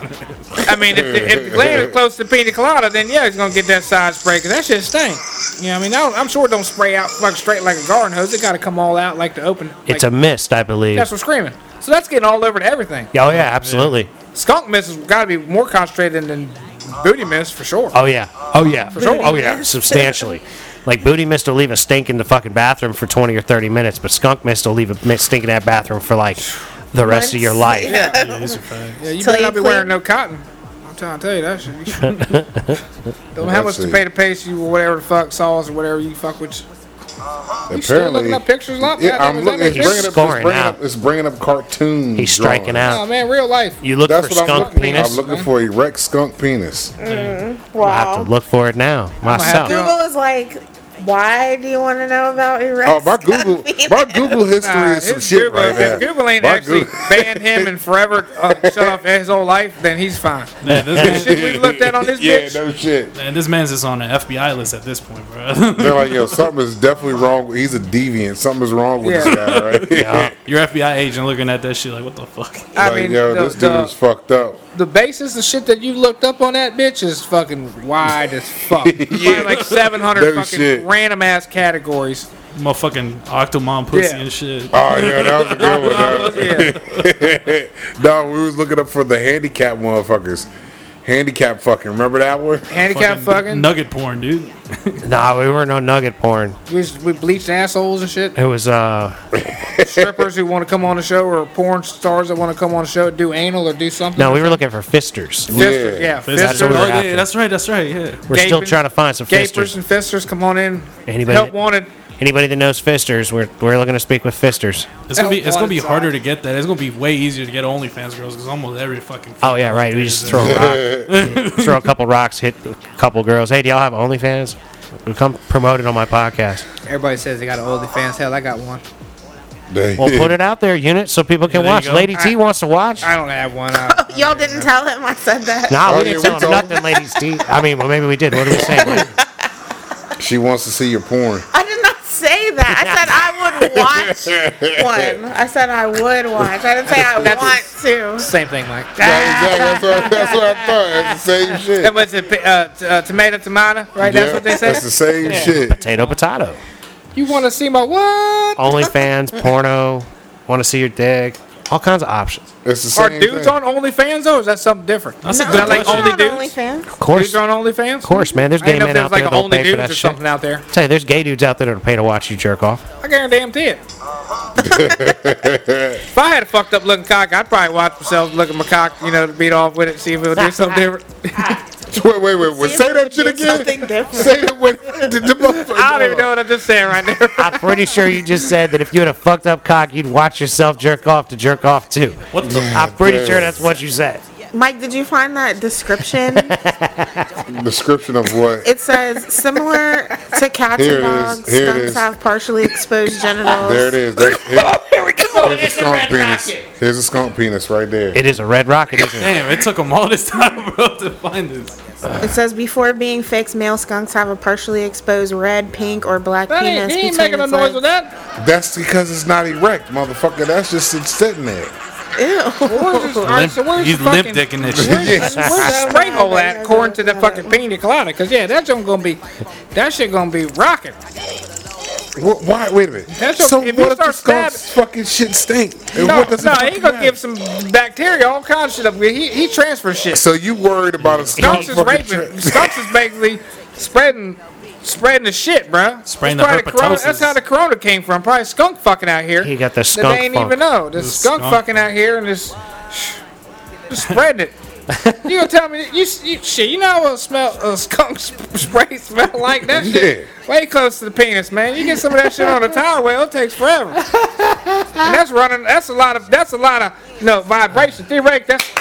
B: I mean, if, the- if the gland is close to pina colada, then yeah, he's gonna get that side spray because that shit stinks. You know, what I mean, I don't, I'm sure it don't spray out like straight like a garden hose. It got to come all out like the open.
A: It's
B: like,
A: a mist, I believe.
B: that's what's screaming. So that's getting all over to everything.
A: Oh yeah, absolutely.
B: Skunk mist has got to be more concentrated than booty mist for sure.
A: Oh yeah. Oh yeah. For
B: sure.
A: Oh yeah. Substantially. Like booty mist will leave a stink in the fucking bathroom for twenty or thirty minutes, but skunk mist will leave a mi- stink in that bathroom for like the rest of your
E: Months.
A: life.
C: Yeah, these are facts.
B: Yeah, you
E: Till
B: better
E: you
B: not be
E: clean-
B: wearing no cotton. I'm trying to tell you that shit. Don't have much
D: That's
B: to
D: it.
B: pay to paste you or whatever the fuck sauce or whatever you fuck with. You still looking up pictures? Look,
D: yeah,
B: goddamn,
D: I'm
B: is that
D: looking. It's
B: making-
A: He's
D: bringing, up, it's,
A: scoring
D: bringing
A: out.
D: up, it's bringing up cartoons.
A: He's striking
D: drawings.
B: Oh
A: out.
B: man, real life.
A: You look
D: That's
A: for
D: what I'm
A: skunk
D: looking
A: penis.
D: I'm looking for erect skunk penis.
B: Uh,
A: I'll have to
E: Wow.
A: look for it now myself.
B: to-
E: Google is like, why do you want to know about erect?
D: Oh, my Google, my Google history
B: Nah,
D: is some
B: his
D: shit
B: Google,
D: right
B: Uh, if
D: there.
B: Google ain't
D: My
B: actually
D: Google-
B: banned him and forever uh, shut off his whole life, then he's fine.
C: Yeah, this,
B: Shit
C: man,
B: we looked at on this
D: yeah,
B: bitch.
D: no shit.
C: man, this man's just on the FBI list at this point, bro.
D: They're like, yo, something is definitely wrong. He's a deviant. Something is wrong with this
B: Yeah.
D: guy, right?
C: Your FBI agent looking at that shit like, what the fuck?
B: I
D: like,
B: mean,
D: yo,
B: the,
D: this dude is
B: the,
D: fucked up.
B: the basis of shit that you looked up on that bitch is fucking wide as fuck. Probably like 700
D: No
B: fucking
D: shit.
B: random ass categories.
C: Motherfucking octomom pussy
B: Yeah.
C: and shit.
D: Oh, yeah, that was a good one. huh?
B: Uh, yeah.
D: no, we was looking up for the handicap motherfuckers. Handicap fucking. Remember that one?
B: Handicap fucking.
C: nugget porn, dude.
A: Nah, we weren't on nugget porn.
B: We, just- we bleached assholes and shit.
A: It was uh,
B: Strippers who want to come on the show or porn stars that want to come on the show do anal or do something.
A: no, we were looking for fisters.
B: Fisters,
D: Yeah.
B: yeah.
C: Fist-
A: That's what
B: fisters.
A: we
C: oh,
A: were
C: yeah,
A: after.
C: yeah, that's right, that's right. Yeah.
A: We're still
B: Gapers.
A: trying to find some
B: Gapers
A: fisters.
B: and fisters, come on in.
A: Anybody-
B: Help wanted.
A: Anybody that knows fisters, we're we're looking to speak with fisters.
C: It's gonna be it's gonna be
B: Outside.
C: harder to get that. It's gonna be way easier to get OnlyFans girls because almost every fucking.
A: Oh yeah, right. We just throw a rock, throw a couple rocks, hit a couple girls. Hey, do y'all have OnlyFans? Come promote it on my podcast.
B: Everybody says they got an OnlyFans. Hell, I got one.
D: They-
A: Well, put it out there, unit, so people can
C: there you
A: watch.
C: go.
A: Lady T wants to watch.
B: I don't have one. I,
E: Y'all didn't tell him I said that.
A: Nah, we
D: Oh, yeah,
A: didn't
D: we
A: tell them
D: told 'em.
A: nothing, Lady T. I mean, well, maybe we did. What do we say? Like,
D: she wants to see your porn.
E: I did not say that. I said I would watch one. I said I would watch. I didn't say I want to.
B: same thing, Mike.
D: Yeah, exactly. That's what, that's what I thought. That's the same shit.
B: That was a pi- uh, t- uh, tomato, tomato, right?
D: Yeah,
B: That's what they
D: That's
B: said.
D: the same shit.
A: potato, potato.
B: You want to see my what?
A: OnlyFans, porno. Want to see your dick? All kinds of options.
D: It's the same
B: Are dudes
D: thing.
B: on OnlyFans though? Or is that something different?
C: That's a
B: Is
C: good
B: that like
C: question.
B: only
E: Not
B: dudes?
A: Of
E: OnlyFans.
A: course,
B: Dudes are on OnlyFans?
A: of course, man. There's
B: I
A: gay
B: didn't know
A: men
B: if there's
A: out
B: like
A: there
B: an
A: that'll
B: only
A: pay for
B: dudes or
A: that shit.
B: something out there.
A: Tell you, there's gay dudes out there that'll pay to watch you jerk off.
B: I guarantee it. if I had a fucked up looking cock, I'd probably watch myself look at my cock, you know, to beat off with it, see if it'll do something different.
D: Wait, wait, wait. wait.
E: See
D: Say
E: if
D: that
E: it
D: shit
E: did something
D: again.
E: different.
D: Say that when the, the motherfucker.
B: I don't even know what I'm just saying right now.
A: I'm pretty sure you just said that if you had a fucked up cock, you'd watch yourself jerk off to jerk off too.
C: What the?
A: I'm pretty sure that's what you said.
E: Mike, did you find that description?
D: Description of what?
E: it says similar to cats
D: Here it
E: and
D: is.
E: dogs,
D: Here it
E: skunks
D: is.
E: have partially exposed genitals.
D: There it is. There, here,
B: Oh,
D: here's a skunk penis. Here's a skunk penis right there.
A: It is a red rocket, isn't it?
C: Damn, it took him all this time, bro, to find this.
E: It says before being fixed, male skunks have a partially exposed red, pink, or black
B: That ain't,
E: penis.
B: he ain't
E: between
B: making no
E: its
B: noise with
E: legs.
B: that.
D: That's because it's not erect, motherfucker. That's just it's sitting there.
B: Where's this, all right, so where's
C: He's
B: the fucking,
C: limp dicking that shit.
E: Ew.
B: Where's that straight hole at according to the fucking pina colada? Because, yeah, that junk gonna be, that shit gonna be rocking.
D: Wha- why? Wait a minute.
B: That's
D: so
B: okay. If you
D: what if the
B: start
D: skunk's fucking shit stink? And
B: No,
D: what does it
B: no, he
D: fucking
B: gonna
D: matter?
B: give some bacteria, all kinds of shit up. He, he transfers shit.
D: So you worried about a skunk
B: Skunks is
D: fucking
B: raping.
D: trip?
B: Skunks is basically spreading, spreading the shit, bro.
C: Spraying
B: That's
C: the
B: probably corona-
C: herpetosis.
B: That's how the corona came from. Probably skunk fucking out here.
A: He got the
B: that
A: skunk
B: they ain't
A: funk.
B: even know. The skunk,
C: skunk
B: fucking out here and just, just spreading it. you gonna tell me you, you shit? You know what smell a skunk sp- spray smell like? That shit way close to the penis, man. You get some of that shit on the towel, well, it takes forever. and that's running. That's a lot of. That's a lot of no vibration. Theoretic. That's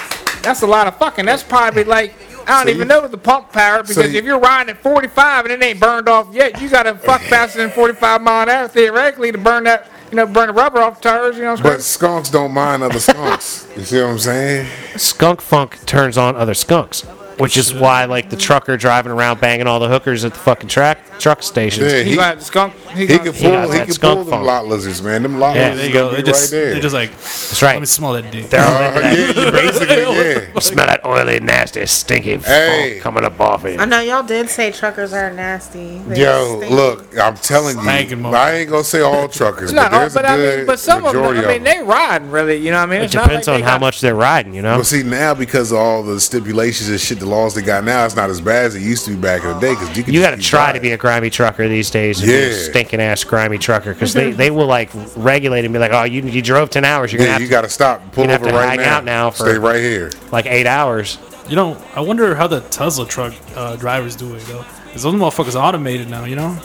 B: that's a lot of fucking. That's probably like. I don't
D: So
B: even
D: you-
B: know the pump power because
D: you-
B: if you're riding at 45 and it ain't burned off yet, you gotta fuck faster than 45 mile an hour theoretically to burn that, you know, burn the rubber off tires. You know what I'm saying?
D: But skunks don't mind other skunks. you see what I'm saying?
A: Skunk funk turns on other skunks, which is why like the trucker driving around banging all the hookers at the fucking track truck stations.
D: Yeah,
B: He,
D: he,
B: gonna have the skunk. He,
D: he
B: gonna,
D: can
A: He got
D: pull. He
A: that
D: can
A: skunk
D: pull them
A: funk.
D: lot lizards, man. Them lot
A: Yeah,
D: lizards
C: There you go.
D: gonna
C: They
D: be
C: just,
D: right there.
C: they're just like,
A: That's right.
C: let me smell that dick.
A: They're all
D: Uh,
A: into that.
D: yeah, you basically yeah.
A: Smell that oily, nasty, stinky
D: Hey.
A: funk coming up off it.
E: I know y'all did say truckers are nasty. They
D: Yo,
E: stink.
D: look, I'm telling you,
C: Stinking mother-
D: I ain't gonna say all truckers,
B: not
D: but
B: all,
D: there's
B: but
D: a
B: I
D: good
B: mean, but some of them,
D: majority
B: I mean, they riding really. You know what I mean?
A: It
B: It's not
A: depends
B: like
A: on
B: they
A: how
B: got-
A: much they're riding, you know?
D: Well, see now because of all the stipulations and shit, the laws they got now, it's not as bad as it used to be back in the day. Because you,
A: You got to try to be a grimy trucker these days. Yeah.
D: Yeah.
A: stinking ass grimy trucker because they, they will like regulate and be like, oh, you, you drove 10 hours. You're going
D: Yeah,
A: to have
D: you
A: to
D: got to stop, pull
A: you'd have
D: over
A: to
D: right
A: hang
D: now.
A: out now for-
D: Stay right here.
A: like eight hours.
C: You know, I wonder how the Tesla truck uh, drivers do it though. 'Cause those motherfuckers are automated now. You know,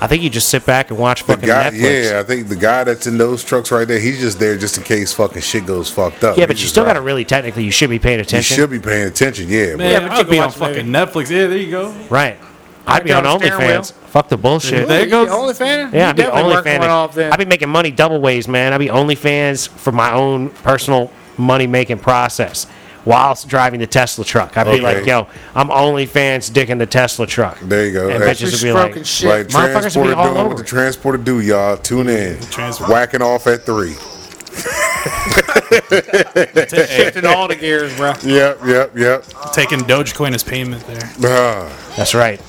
A: I think you just sit back and watch
D: The
A: fucking
D: guy,
A: Netflix.
D: yeah, I think the guy that's in those trucks right there, he's just there just in case fucking shit goes fucked up.
A: Yeah, but
D: He's
A: you
D: just
A: still got to
D: driving.
A: really technically you should be paying
D: You
A: attention.
D: should be paying attention. Yeah,
C: Man,
A: Yeah,
C: yeah,
A: but you
C: but I'd
A: could
C: go on
A: watch
C: fucking Netflix. Yeah, there you go.
A: Right. I'd be on
B: down the steering
A: OnlyFans. Fuck the bullshit.
C: There
B: You
C: goes.
B: the only fan?
A: Yeah,
B: You
A: I'd be
B: definitely working
A: OnlyFans.
B: one off then.
A: I'd be making money double ways, man. I'd be OnlyFans for my own personal money making process whilst driving the Tesla truck. I'd be
D: Okay.
A: like, yo, I'm OnlyFans dicking the Tesla truck.
D: There you go.
A: And
D: That's
A: bitches would
D: just
A: be
B: stroking
A: like,
B: shit.
D: like
A: Motherfuckers would be
D: transporter
A: all
D: doing
A: over.
D: what the transporter do, y'all. Tune in.
C: Transport-
D: Whacking off at three.
B: Shifting all the gears, bro.
D: Yep, yep, yep.
C: Taking Dogecoin as payment there.
D: Ah,
A: that's right.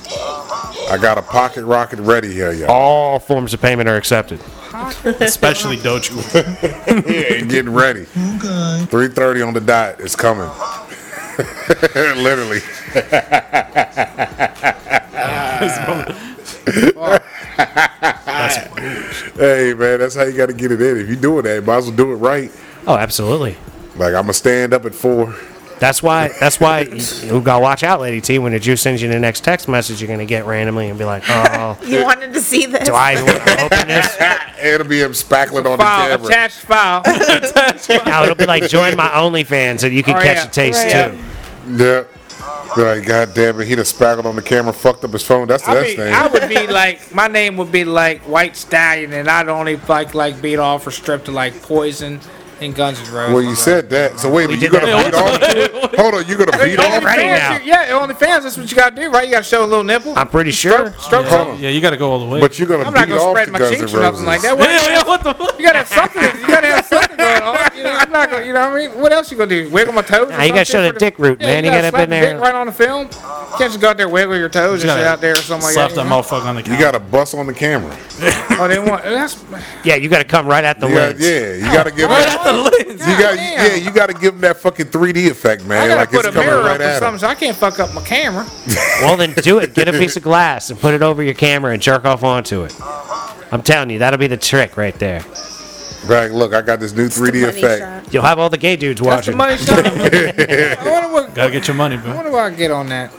D: I got a pocket rocket ready here, y'all.
A: All forms of payment are accepted.
C: Especially Dogecoin.
A: Oh.
D: Yeah, getting ready.
F: Okay.
D: Three thirty on the dot. It's coming. Literally. Hey man, that's how you got to get it in. If you doing that, might as well do it right.
A: Oh, absolutely.
D: Like I'm gonna stand up at four.
A: That's why. That's why you, you gotta watch out, Lady T. When the juice sends you the next text message, you're gonna get randomly and be like, "Oh,
E: You wanted to see this.
A: do I even wanna open this?"
D: It'll be him spackling on the
B: File,
D: camera.
B: attached file.
A: No, it'll be like, "Join my OnlyFans, and you can
B: Oh,
A: catch
B: yeah.
A: a taste
E: Yeah.
A: too."
D: Yeah. Like, God damn it, he done spackled on the camera, fucked up his phone. That's the
B: I,
D: next
B: mean,
D: thing.
B: I would be like, my name would be like White Stallion, and I'd only like like beat off or strip to like Poison and Guns N' Roses.
D: well, you said that. So wait, a minute, you
A: did
D: gonna beat off? Hold on, you gonna beat
A: Right
D: off?
A: now.
B: OnlyFans, you- yeah, OnlyFans. That's what you gotta do, right? You gotta show a little nipple.
A: I'm pretty sure.
B: stroke
D: Hold
B: something.
D: on.
C: yeah, you got to go all the way.
D: But you're gonna
B: I'm not
D: beat
B: gonna
D: off
B: spread
D: to
B: my
D: Guns N'
B: cheeks or nothing
D: Roses.
B: like that. What,
C: yeah, yeah, what the fuck?
B: You gotta have something. You gotta have something going on. You know, I'm not gonna. You know what I mean? What else you gonna do? Wiggle my toes? or
A: Nah, you gotta
B: something
A: show the
B: for
A: dick root, man. You gotta
B: slap
A: been
B: the
A: there.
B: dick right on the film. You can't just go out there wiggle your toes and shit out there or something like
C: Slap
B: that.
C: that
B: you know?
C: motherfucker on the
D: Oh You
C: camera.
D: gotta bust on the camera.
B: Oh, they want. That's
A: Yeah, you gotta come right at the
D: You gotta,
A: lens.
D: yeah, you gotta
B: Oh,
D: give him.
C: lens.
D: You got
B: Goddamn.
D: yeah, you gotta give him that fucking 3D effect, man.
B: I gotta
D: like
B: put
D: it's
B: a
D: coming
B: mirror
D: right
B: up or
D: at him.
B: something. So I can't fuck up my camera.
A: Well, then do it. Get a piece of glass and put it over your camera and jerk off onto it.
D: Uh-huh.
A: I'm telling you, that'll be the trick right there.
D: Like, look, I got this new
E: The
D: 3D
E: money
D: effect.
E: shot.
A: You'll have all the gay dudes
B: That's the
A: watching.
B: money shot. I wonder what.
C: Gotta get your money,
B: I
C: bro.
B: wonder what I get on that.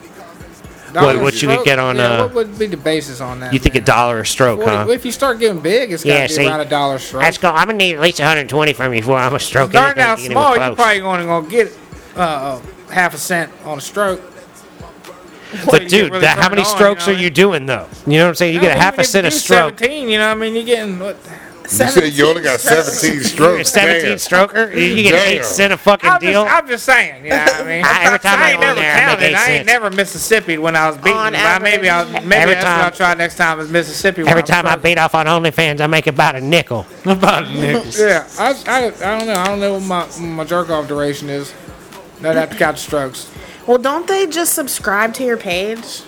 A: What- what you could
B: Stroke?
A: get on,
B: Yeah,
A: uh,
B: what would be the basis on that?
A: You think a
B: man?
A: dollar a stroke,
B: Forty-
A: huh?
B: If you start getting big, it's gotta
A: Yeah,
B: be
A: see.
B: around a dollar stroke.
A: That's cool. I'm gonna need at least 120 from you before I'm a stroke.
B: Darn
A: anything
B: now
A: even
B: small,
A: close.
B: you're probably only gonna get uh, half a cent on a stroke.
A: But dude, that, how many strokes are you doing though? You know what I'm saying? You get a half a cent a stroke.
B: Seventeen, you know, what I mean, you're getting what?
D: You said you only got 17
A: You're a
D: strokes.
A: 17
D: Damn.
A: stroker. You get
D: Damn.
A: eight cent a fucking
B: I'm
A: deal.
B: just, I'm just saying, you know, what I mean,
A: I- every time I
B: ain't
A: go in
B: never
A: there, I make
B: counted.
A: eight
B: I ain't
A: cents.
B: never Mississippi when I was beaten.
E: On
B: but I- maybe I'll
E: average.
B: maybe
A: Every
B: that's
A: time-
B: what I'll try next time is Mississippi. when
A: Every
B: I'm
A: time I
B: struggling.
A: beat off on OnlyFans, I make about a nickel.
C: About nickels.
B: Yeah, I, I, I don't know. I don't know what my my jerk off duration is. That have to count strokes.
E: Well, don't they just subscribe to your page?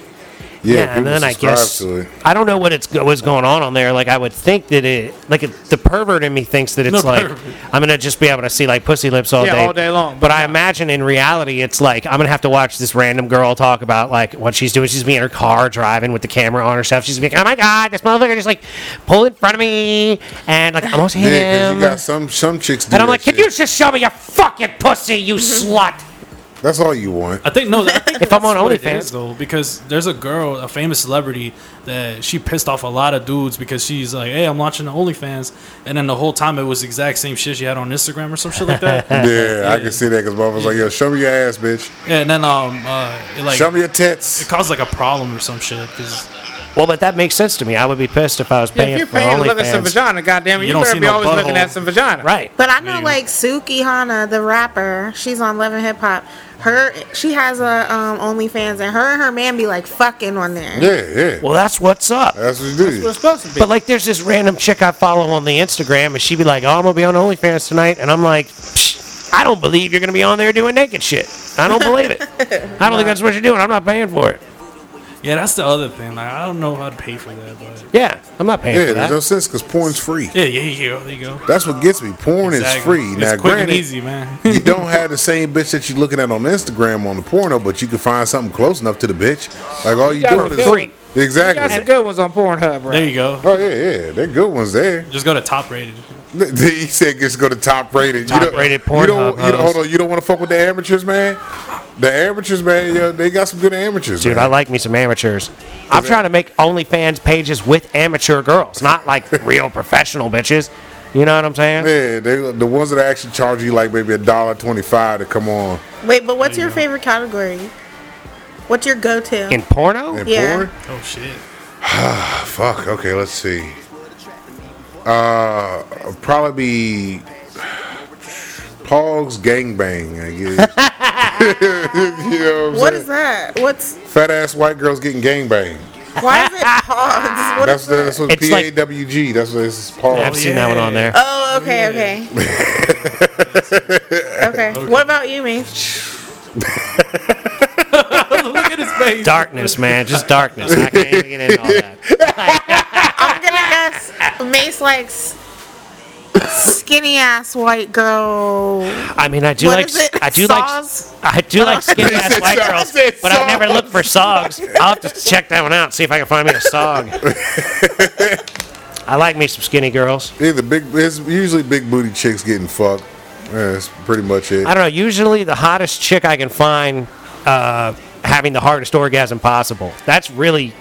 D: Yeah,
A: Yeah, and
D: people
A: then I
D: subscribe
A: guess
D: to it.
A: I don't know what it's go- what's going on on there. Like I would think that it, like it, the pervert in me thinks that it's
C: The
A: like
C: pervert.
A: I'm gonna just be able to see like pussy lips all
B: Yeah,
A: day,
B: all day long,
A: But
B: but
A: I imagine in reality, it's like I'm gonna have to watch this random girl talk about like what she's doing. She's be in her car driving with the camera on herself. She's be like, oh my god, this motherfucker just like pulled in front of me and like almost hit
D: Yeah, 'cause
A: him.
D: you got some some chicks. Do
A: and I'm
D: that
A: like, can
D: shit.
A: you just show me your fucking pussy, you slut?
D: That's all you want.
C: I think no. I think
A: If I'm
C: that's
A: on
C: what it
A: OnlyFans.
C: is, though, because there's a girl, a famous celebrity, that she pissed off a lot of dudes because she's like, "Hey, I'm launching the OnlyFans," and then the whole time it was the exact same shit she had on Instagram or some shit like that. yeah,
D: Yeah, I can see that because motherfuckers like, yo, show me your ass, bitch.
C: and then um, uh, it, like
D: show
C: it
D: me your tits.
C: caused like a problem or some shit because
A: Well, but that makes sense to me. I would be pissed if I was
B: Yeah,
A: paying
B: if you're
A: for
B: paying to look at some
A: OnlyFans.
B: vagina, goddamn it,
C: You
B: you,
C: don't
B: better
C: see
B: be
C: no
B: always looking
C: butthole.
B: at some vagina.
A: Right.
E: But I know like Suki Hana, the rapper, she's on Love and Hip Hop. Her she has a um OnlyFans and her and her man be like fucking on there.
D: Yeah, yeah.
A: Well, that's what's up.
D: That's what you do.
B: We're supposed to be.
A: But like, there's this random chick I follow on the Instagram, and she be like, "Oh, I'm gonna be on OnlyFans tonight," and I'm like, "Psh, "I don't believe you're gonna be on there doing naked shit. I don't believe it. I don't think that's what you're doing. I'm not paying for it.
C: yeah, that's the other thing. Like, I don't know how to pay for that, but
A: Yeah, I'm not paying
D: yeah,
A: for
D: there's no
A: that.
D: sense because porn's free.
C: yeah, yeah, yeah. There you go.
D: That's what gets me. Porn
C: Exactly.
D: is free.
C: It's
D: now,
C: quick and
D: granted,
C: easy, man.
D: you don't have the same bitch that you're looking at on Instagram on the porno, but you can find something close enough to the bitch. Like all you
B: Yeah,
D: doing
B: for
D: is
B: free. They got some
D: Exactly.
B: good ones on Pornhub, right?
C: There you go.
D: Oh yeah, yeah, they're good ones there.
C: Just go to top rated.
D: He said just go to top rated.
A: Top
D: you don't,
A: rated
D: You don't,
A: Pornhub
D: you don't,
A: host.
D: hold on, you don't want to fuck with the amateurs, man. The amateurs, man, yo, they got some good amateurs,
A: Dude,
D: man.
A: I like me some amateurs. I'm trying to make OnlyFans pages with amateur girls, not like real professional bitches. You know what I'm saying?
D: Yeah, they, the ones that actually charge you like maybe a dollar twenty five to come on
E: Wait, but what's your favorite category? What's your go-to?
A: In porno?
D: and
E: Yeah.
D: porn.
C: Oh shit.
D: Ah, Fuck. Okay, let's see. Uh, probably be Pog's gangbang. I guess. you know what I'm
E: what
D: saying?
E: is that? What's
D: Fat ass white girls getting gangbang.
E: why is it pogs? What
D: That's
E: is
D: the,
E: that?
D: that's what
A: It's
D: P A
A: like-
D: W G. That's what it's Pog.
A: I've seen that one on there.
E: Oh, okay, okay. okay. What about you, me?
C: Look at his face.
A: Darkness, man. Just darkness. I can't even get into all that.
E: I'm gonna guess Mace likes skinny ass white girl.
A: I mean, I do
E: What
A: like
E: is it?
A: I do
E: Saws?
A: like I do like skinny ass
D: said
A: white
D: saws.
A: girls,
D: I said
A: but I've never
D: saws.
A: looked for sogs. I'll have to check that one out. See if I can find me a sog. I like me some skinny girls.
D: Either big. It's usually big booty chicks getting fucked. Yeah, that's pretty much it.
A: I don't know. Usually, the hottest chick I can find uh, having the hardest orgasm possible. That's really.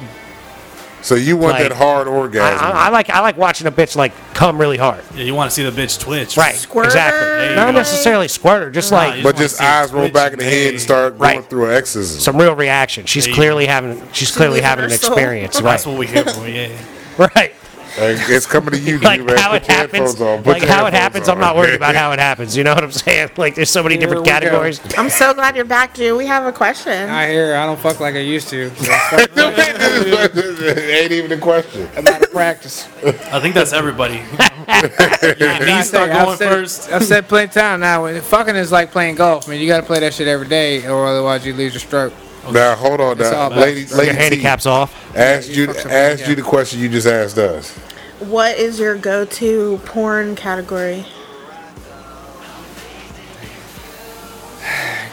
D: So you want
A: Like,
D: that hard
A: I,
D: orgasm?
A: I, I like. I like watching a bitch like come really hard.
C: Yeah, you want to see the bitch twitch.
A: Right.
E: Squirter? There
A: Exactly.
E: you
A: Not
E: go.
A: necessarily squirter. Just
C: you
A: like
C: don't
D: but
C: wanna
D: just
C: see it
D: eyes roll
C: twitch
D: back in the head and
C: and-
D: start going
A: Right.
D: through an exorcism.
A: some real reaction. She's
C: There you
A: clearly having. She's clearly
E: losing
A: having an
E: her soul.
A: experience. Right.
C: That's what we here for, yeah.
A: Right.
D: Hey, it's coming to you,
A: Like
D: G, man.
A: how
D: Put
A: it
D: your
A: happens.
D: headphones on. Put
A: Like
D: your
A: how it
D: headphones
A: happens.
D: on.
A: I'm not worried about how it happens. You know what I'm saying? Like there's so many different
B: we go.
A: categories.
E: I'm so glad you're back, Drew. We have a question.
B: I hear I don't fuck like I used to. So I
D: Ain't even a question.
B: am out of practice.
C: I think that's everybody. Me start
B: I've
C: going
B: said,
C: first.
B: I've said plenty of time now. when- Fucking is like playing golf, man. You gotta play that shit every day, or otherwise you lose your stroke.
D: Now hold on, now.
B: all about-
D: lady, lady
A: Your handicaps off.
D: T, asked
B: Yeah,
D: you,
B: you fucked up
D: asked you
B: handicap.
D: the question you just asked us.
E: What is your go-to porn category?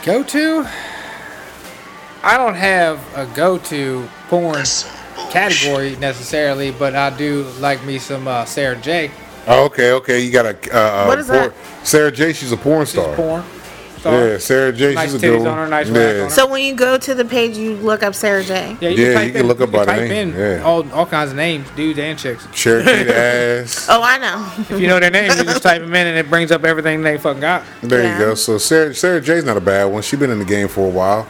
B: Go to? I don't have a go to porn category necessarily, but I do like me some uh, Sarah J.
D: Oh, okay, okay, you got a. Uh,
E: What is
D: porn-
E: that?
D: Sarah J. She's a porn
B: She's
D: star.
B: porn. Star.
D: Yeah, Sarah J.
B: Nice
D: she's a good
B: titties
D: one.
B: on her, nice rack
D: yeah.
B: on her.
E: So when you go to the page, you look up Sarah J.
D: Yeah,
B: type
D: you can look up by
B: type
D: name,
B: in
D: yeah.
B: all, all kinds of names, dudes and chicks.
D: Cherokee the ass.
E: Oh, I know.
B: If you know their name, you just type them in and it brings up everything they fucking got.
D: There
E: Yeah.
D: you go. So Sarah Sarah J's not a bad one. She's been in the game for a while.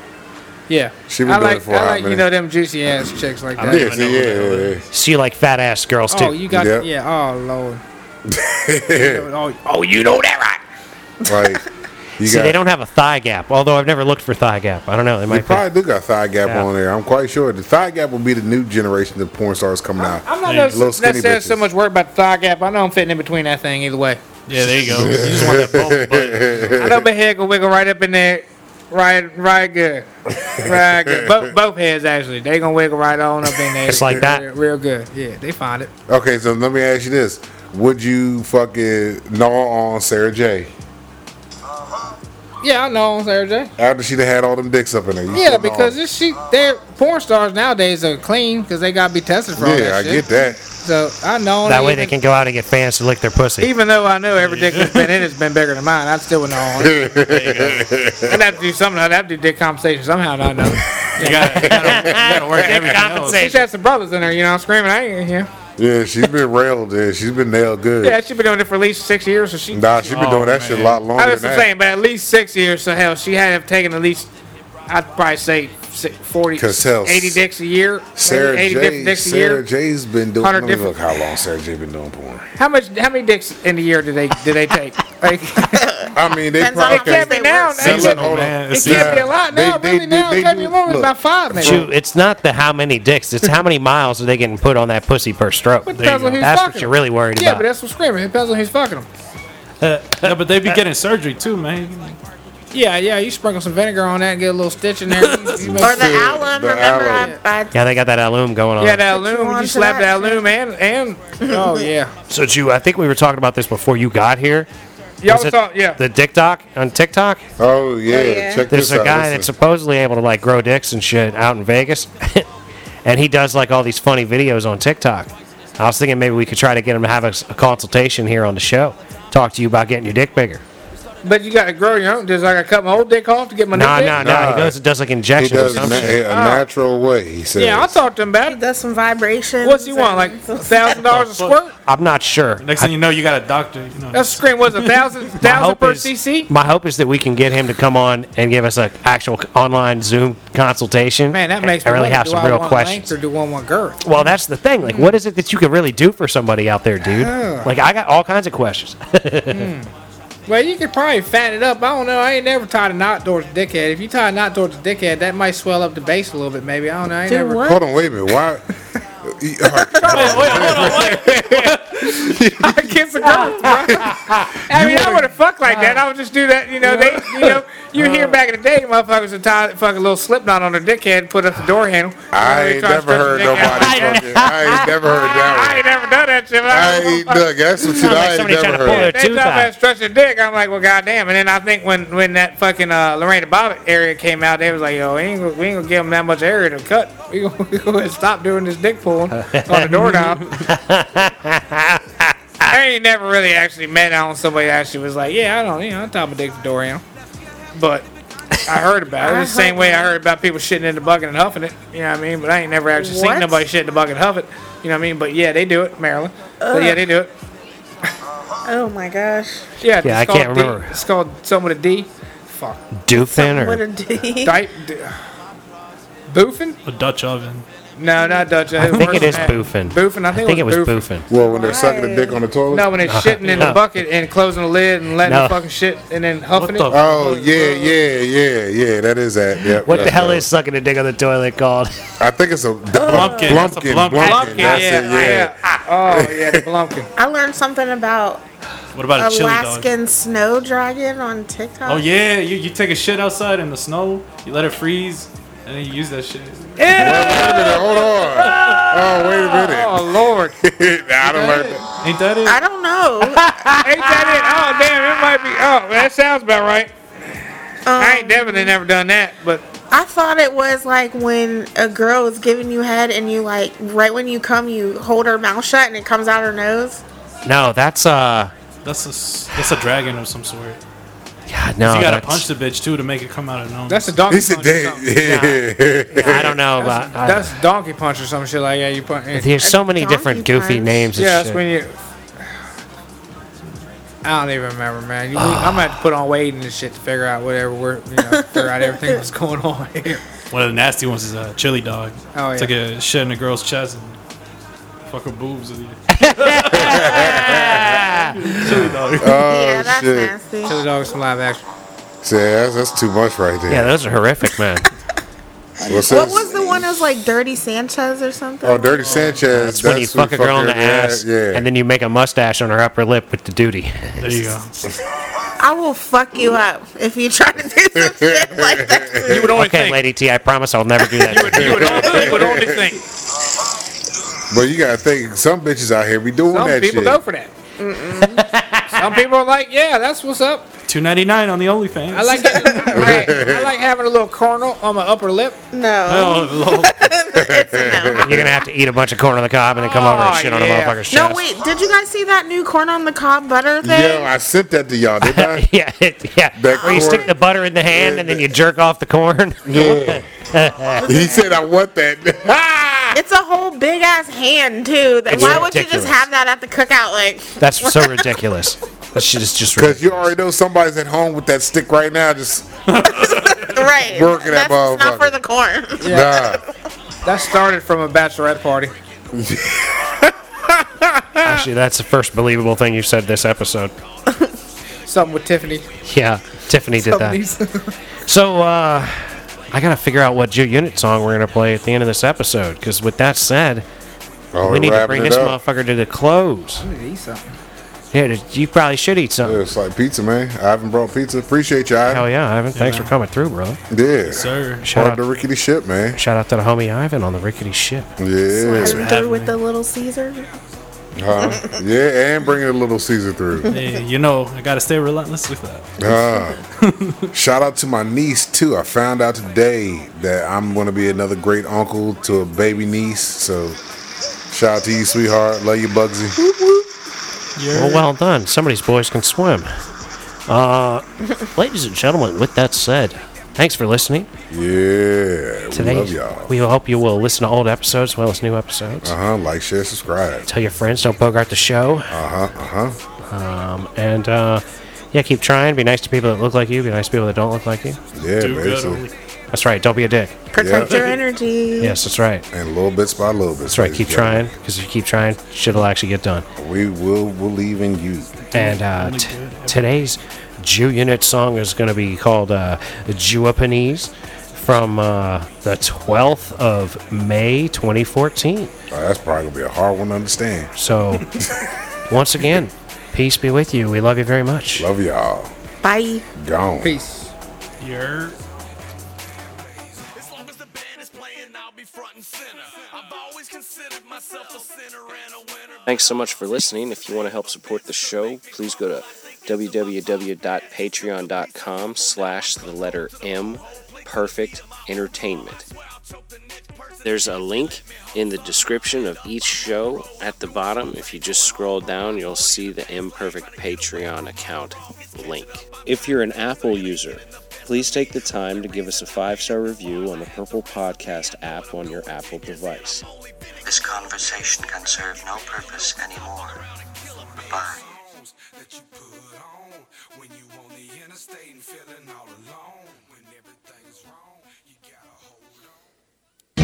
B: Yeah.
D: She been
B: I
D: doing
B: like,
D: it for a
B: I
D: hot
B: like you
D: minute.
B: know them juicy ass chicks like that.
D: Yeah,
C: even
D: see,
C: know who
D: yeah,
C: that
D: yeah,
A: So you like fat ass girls too.
B: Oh, you got
D: Yep.
B: yeah. Oh lord.
D: yeah.
B: Oh,
A: oh, you know that right.
D: like you
A: See,
D: got.
A: they don't have a thigh gap. Although I've never looked for thigh gap. I don't know. They
D: they
A: might. Be.
D: probably do got thigh gap
A: Yeah.
D: on there. I'm quite sure the thigh gap will be the new generation of porn stars coming out.
B: I'm not
D: Little skinny
B: necessarily so
D: bitches.
B: much worried about the thigh gap. I know I'm fitting in between that thing either way.
C: Yeah, there you go. You just want that bulk butt.
B: I know my head gonna wiggle right up in there, right, right good, right good. Both, both heads actually, they gonna wiggle right on up in there.
A: It's like that.
B: real, real good. Yeah, they find it.
D: Okay, so let me ask you this: Would you fucking gnaw on Sarah J
B: Yeah, I know, Sarah J.
D: after she'd have had all them dicks up in there? You
B: Yeah,
D: should gnaw
B: because
D: on-
B: this she, they porn stars nowadays are clean because they gotta be tested for all that
D: yeah, I
B: shit.
D: get that.
B: So I know
A: That way
B: even-
A: they can go out and get fans to lick their pussy.
B: Even though I know every dick that's been in it's been bigger than mine, I still would know. On it. I'd have to do something. I'd have to do dick compensation somehow. and I know.
C: You gotta, you gotta, you gotta work everything else.
B: She had some brothers in her, you know, screaming. I ain't here.
D: Yeah, she's been railed. Yeah, she's been nailed good.
B: Yeah, she's been doing it for at least six years, so she.
D: nah, she's been
C: Oh,
D: doing that shit a lot longer.
B: I was
D: than
B: just
D: that.
B: saying, but at least six years. So hell, she had to have taken at least, I'd probably say si- 40,
D: 'Cause hell,
B: 80 dicks a year,
D: Sarah
B: maybe 80
D: J.
B: different dicks a
D: Sarah
B: year.
D: J's been doing.
B: 100
D: Let me
B: different-
D: look how long Sarah J been doing porn.
B: How much? How many dicks in a year do they do they take? Like,
D: I mean, they
E: Depends on
D: probably
E: how fast
B: can't be
E: they
B: now.
E: work.
B: They
C: Selling
B: can't-
C: on
D: hold
C: man.
D: on.
B: It
C: It's
B: can't
D: Yeah.
B: be a lot now.
D: They-
B: really,
D: they-
B: now
D: they-
B: it
D: they
B: can't be
D: do-
B: more than
D: look.
B: about five, maybe.
A: Shoot, it's not the how many dicks. It's how many miles are they getting put on that pussy per stroke.
B: But depends on who's
A: That's
B: fucking
A: what you're
B: them.
A: really worried
B: Yeah,
A: about.
B: but that's what's screaming. It depends on who's fucking them.
C: yeah, but they be getting surgery too, man.
B: Yeah, yeah. You sprinkle some vinegar on that and get a little stitch in there. You- you make-
E: Or the
D: The-
E: alum.
D: the
E: Remember,
D: alum.
E: I, I
A: yeah, they got that alum going on.
B: yeah, that
E: Put you
B: loom.
E: on
B: You
E: to
B: slap
E: that,
B: that loom and and oh yeah.
A: So, Jew, I think we were talking about this before you got here.
B: Y'all
A: Was it
B: thought yeah.
A: The dick doc on TikTok.
D: Oh yeah,
E: yeah.
D: check
A: There's
D: this
A: a
D: out.
A: guy
D: Listen.
A: that's supposedly able to like grow dicks and shit out in Vegas, and he does like all these funny videos on TikTok. I was thinking maybe we could try to get him to have a, s- a consultation here on the show, talk to you about getting your dick bigger.
B: But you gotta grow your own. Just like I cut my whole dick off to get my new
A: No,
B: dick.
A: no, no. He does does like
D: He
A: injections or
D: does na- a
A: something.
D: natural way. He says.
B: Yeah, I talked to him about it.
E: Does some vibrations.
B: What's he want? Like
E: and-
B: thousand dollars a squirt?
A: I'm not sure.
C: Next thing you know, you got a doctor. You know,
B: That's screen was a thousand thousand per cc.
A: my hope is that we can get him to come on and give us an actual c- online Zoom consultation.
B: Man, that
A: and-
B: makes
A: and
B: me
A: really
B: wonder,
A: have
B: do
A: some
B: I
A: real
B: want
A: questions.
B: length Or do one want girth?
A: Well, that's the thing. Like, what is it that you can really do for somebody out there, dude? Like, I got all kinds of questions.
B: Well, you could probably fatten it up. I don't know. I ain't never tied a knot towards a dickhead. If you tie a knot towards a dickhead, that might swell up the base a little bit. Maybe I don't know. I ain't
E: Do
B: never.
E: what?
D: Hold on, wait a minute. Why? He- all right,
B: I kiss a girl. bro. I mean, I would have fucked like that. I would just do that. You know, they. You know, you hear back in the day, motherfuckers would tie a fucking little slip knot on their dickhead, and put up the door handle.
D: I
B: They
D: ain't
B: try to
D: never
B: stretch
D: heard
B: the dick out.
D: nobody fucking. I ain't never heard
B: I
D: that
B: ain't never done that shit. but
D: one.
B: I
D: I ain't look. That's some shit
A: Sound like
D: I ain't
A: somebody trying
D: never
A: to pull
D: heard.
A: it.
B: They
A: Too
B: talk about
A: bad.
B: stretching dick. I'm like, well, goddamn. And then I think when when that fucking uh, Lorena Bobbitt area came out, they was like, yo, we ain't, gonna- we ain't gonna give them that much area to cut. We gonna, we gonna stop doing this dick pulling on the doorknob. I ain't never really actually met on somebody that actually was like, yeah, I don't, you know, I top a dick to door handle. But I heard about it. It was the
E: I
B: same
E: heard
B: way I
E: that.
B: heard about people shitting in the bucket and huffing it. You know what I mean? But I ain't never actually seen
E: What?
B: nobody shit in the bucket and huff it. You know what I mean? But yeah, they do it, Maryland. But yeah, they do it.
E: Oh my gosh.
B: Yeah,
A: Yeah,
B: it's
A: I
B: called
A: can't
B: D.
A: remember.
B: It's called something with a D. Fuck.
A: Doofin
E: What a
A: or
E: D.
B: Di- d- boofing?
C: a Dutch oven.
B: No, not Dutch.
A: I think it is boofin.
B: Boofing. I think, it was boofing.
A: boofin. Uh-huh.
D: Well, when they're sucking the dick on the toilet.
B: No, when it's shitting in the
A: No.
B: bucket and closing the lid and letting
A: No.
B: the fucking shit and then huffing
C: What the
B: it.
C: f-
D: Oh yeah, yeah, yeah, yeah. That is that. Yep,
A: What the
D: that's
A: hell
D: that.
A: is sucking a dick on the toilet called?
D: I think it's a
C: Blumpkin,
D: blumpkin.
C: that's a
D: Blumpkin.
C: blumpkin.
D: Blumpkin.
B: Blumpkin,
D: That's
B: yeah,
D: it. Yeah.
B: yeah. Oh, yeah, the Blumpkin.
E: I learned something about
C: What about a chili dog?
E: Alaskan snow dragon on TikTok.
C: Oh yeah, you, you take a shit outside in the snow, you let it freeze, and then you use that shit.
D: Wait a minute, Hold on. Oh, wait a minute.
B: Oh, Lord. Ain't
D: I don't learn that.
C: Ain't that it?
E: I don't know.
B: that it? Oh, damn, it might be. Oh, that sounds about right.
E: Um,
B: I ain't definitely never done that, but
E: I thought it was like when a girl is giving you head and you like right when you come you hold her mouth shut and it comes out her nose.
A: No, that's uh,
C: That's a s- that's a dragon of some sort.
A: yeah, no,
C: you gotta
A: Oh, that's-
C: punch the bitch too to make it come out of nose.
B: that's a donkey
D: He said,
B: punch or
D: "Damn."
B: something.
A: I don't know about. I-
B: That's donkey punch or some shit like that. You punch.
A: there's so many
E: Donkey
A: different goofy
E: punch.
A: names. And
B: Yeah, that's
A: shit.
B: when you. I don't even remember, man. You, I'm gonna have to put on weight and shit to figure out whatever we're, you know, figure out everything that's going on here.
C: One of the nasty ones is a chili dog.
B: Oh,
C: It's
B: yeah.
C: like a shit in a girl's chest and fuck her boobs. with it. chili dog.
E: yeah, that's
D: Oh, shit.
E: nasty.
B: Chili dog is some live action.
D: See, that's, that's too much right there.
A: yeah, those are horrific, man.
D: Well,
E: What
D: since-
E: was the one that was like Dirty Sanchez or something?
D: Oh, Dirty Sanchez.
A: That's when you fuck a girl in the ass,
D: Yeah.
A: and then you make a mustache on her upper lip with the duty.
C: There you go.
E: I will fuck you up if you try to do some shit like that.
B: You would only
A: Okay,
B: think.
A: Lady T, I promise I'll never do that.
B: You would only, you would only think.
D: but you gotta think, some bitches out here be doing
B: Some
D: that
B: people
D: shit.
B: go for that. some people are like, yeah, that's what's up.
C: Two ninety nine on the OnlyFans.
B: I like getting, I, I like having a little cornel on my upper lip.
E: No,
C: Oh, Lord.
E: it's a no.
A: You're gonna have to eat a bunch of corn on the cob and then come over and
B: Oh,
A: shit on a
B: yeah.
A: motherfucker's chest.
E: No, wait. Did you guys see that new corn on the cob butter thing?
D: Yo, I sent that to y'all, didn't I?
A: yeah, it, yeah.
D: That
A: Where you
D: corn-
A: stick the butter in the hand
D: Yeah,
A: and then
D: that-
A: you jerk off the corn.
D: yeah. he said, I want that.
E: It's a whole big ass hand too. That-
A: It's
E: Why would you
A: ridiculous.
E: just have that at the cookout? Like,
A: That's so ridiculous. That shit is just
D: Because
A: ridiculous.
D: you already know somebody's at home with that stick right now. Just,
E: right?
D: Working that
E: That's it's not
D: motherfucker.
E: for the corn.
D: nah.
B: That started from a bachelorette party.
A: Actually, that's the first believable thing you said this episode.
B: Something with Tiffany.
A: Yeah, Tiffany did that.
B: Tiffany's.
A: So, uh, I gotta figure out what Jew Unit song we're gonna play at the end of this episode. Because with that said,
D: Oh,
A: we need to
D: wrapping
A: bring
D: it
A: this
D: up.
A: motherfucker to the close.
B: Eat something.
A: Yeah, you probably should eat something.
D: It's like pizza, man. I haven't brought pizza. Appreciate you, Ivan.
A: Hell yeah, Ivan! Thanks for coming through, brother.
D: Yeah.
C: Sir.
A: Shout
D: Part of the
A: out,
D: rickety ship, man.
A: shout out to the homie Ivan on the rickety ship.
D: Yeah.
E: Through
C: happening.
E: with the Little Caesar.
D: Huh? yeah, and bringing a little Caesar through.
C: Hey, you know, I gotta stay relentless with that.
D: Ah. shout out to my niece too. I found out today that I'm gonna be another great uncle to a baby niece. So shout out to you, sweetheart. Love you, Bugsy.
A: Well, Oh, well done. Some of these boys can swim. Uh, ladies and gentlemen, with that said, thanks for listening.
D: Yeah, we love
A: Today,
D: y'all.
A: we hope you will listen to old episodes as well as new episodes.
D: Uh huh. Like, share, subscribe.
A: Tell your friends, don't bogart the show.
D: Uh huh. Uh huh.
A: Um, and uh, yeah, keep trying. Be nice to people that look like you. Be nice to people that don't look like you.
D: Yeah,
C: Do good
D: basically.
C: only.
A: That's right. Don't be a dick.
E: Protect your energy.
A: Yes, that's right.
D: And little bits by little bits.
A: That's right. Keep trying because if you keep trying, shit will actually get done.
D: We will believe in you.
A: And uh,
C: Only
A: t-
C: good ever.
A: today's Jew Unit song is going to be called uh, Jewapanese from uh, the 12th of May 2014.
D: Oh, that's probably gonna be a hard one to understand.
A: So, once again, peace be with you. We love you very much.
D: Love y'all.
E: Bye.
D: Gone.
B: Peace.
C: You're.
G: As long as the band is playing, I'll be front and center. I've always considered myself a sinner and a winner.
H: Thanks so much for listening. If you want to help support the show, please go to www.patreon.com slash the letter M Perfect Entertainment. There's a link in the description of each show at the bottom. If you just scroll down, you'll see the Imperfect Patreon account link. If you're an Apple user, please take the time to give us a five star review on the Purple Podcast app on your Apple device.
I: This conversation can serve no purpose anymore. Goodbye.
G: That you put on when you on the interstate and feeling all alone. When everything's wrong, you gotta hold on.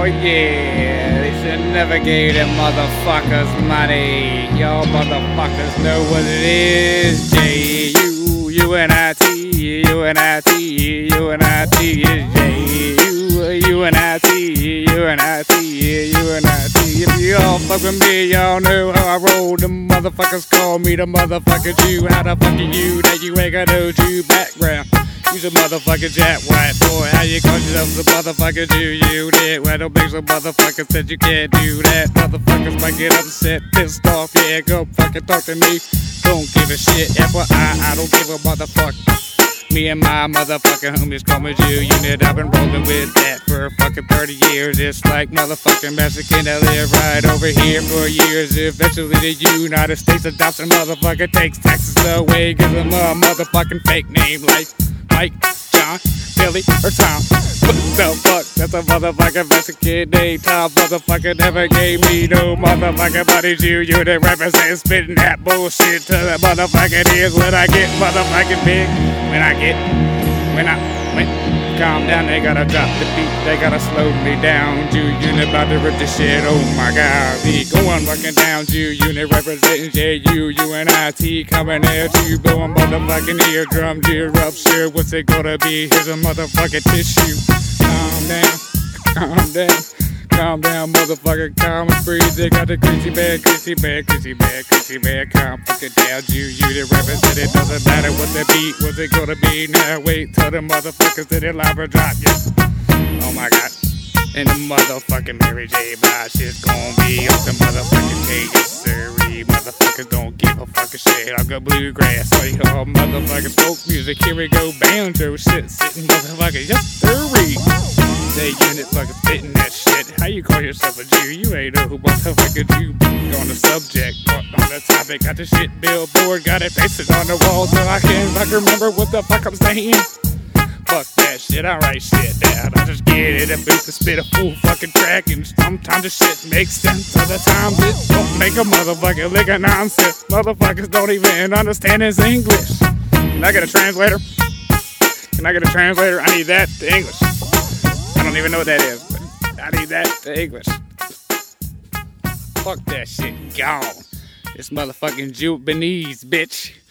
B: Oh, yeah. They should never gave them motherfuckers money. Y'all motherfuckers know what it is. J U U N I T U N I T U N I T is J U U N I T U N I T U N I T. If you all fuck with me, y'all know how I roll. The motherfuckers call me the motherfucker Jew. How the fuck are you that you ain't got no Jew background? You's a motherfucking jack white boy. How you call yourself the motherfucker? Do you did? Well, don't make some motherfuckers that you can't do that. Motherfuckers might get upset, pissed off. Yeah, go fucking talk to me. Don't give a shit. FYI, I don't give a motherfucker. Me and my motherfucking homies call me Jew unit. I've been rolling with that for fucking 30 years. It's like motherfucking Mexican that live right over here for years. Eventually, the United States adopts a motherfucker, takes taxes away, gives them a motherfucking fake name like Mike, John, Billy, or Tom. What the fuck? That's a motherfucking Mexican name. Tom motherfucker never gave me no motherfucking money. You, you that represent spitting that bullshit to the motherfucking ears when I get motherfucking big. When I get, when I, when, calm down, they gotta drop the beat. They gotta slow me down. Jew unit about to rip this shit. Oh my god, we going fucking down. Jew unit representing J-U, U-N-I-T. Coming at you, blowing motherfucking eardrum. Jew up, sure, what's it gonna be? Here's a motherfucking tissue. Calm down, calm down. Calm down, motherfucker, calm and freeze. They got the crazy man, crazy man, crazy man, crazy man. Calm fucking down, you, you the represent. It doesn't matter what the beat, what's it gonna be. Now wait till the motherfuckers in the live or drop, yes. Oh my god. And the motherfucking Mary J. Blige shit's gonna be up the motherfucking chain, yes sir. Motherfuckers don't give a fucking shit. I got bluegrass, so you all motherfucking folk music. Here we go, banjo shit, sitting motherfucking yes sir. They unit fucking spitting that shit. How you call yourself a Jew? You ain't know who motherfucking Jew be on the subject, or on the topic. Got the shit billboard, got it pasted on the wall, so I can't fucking remember what the fuck I'm saying. Fuck that shit, I write shit down. I just get it and boost and spit a full fucking track. And sometimes the shit makes sense, other times it don't make a motherfucking lick of nonsense. Motherfuckers don't even understand his English. Can I get a translator? Can I get a translator? I need that to English. I don't even know what that is, but I need that to English. Fuck that shit, gone. This motherfucking Jubanese, bitch.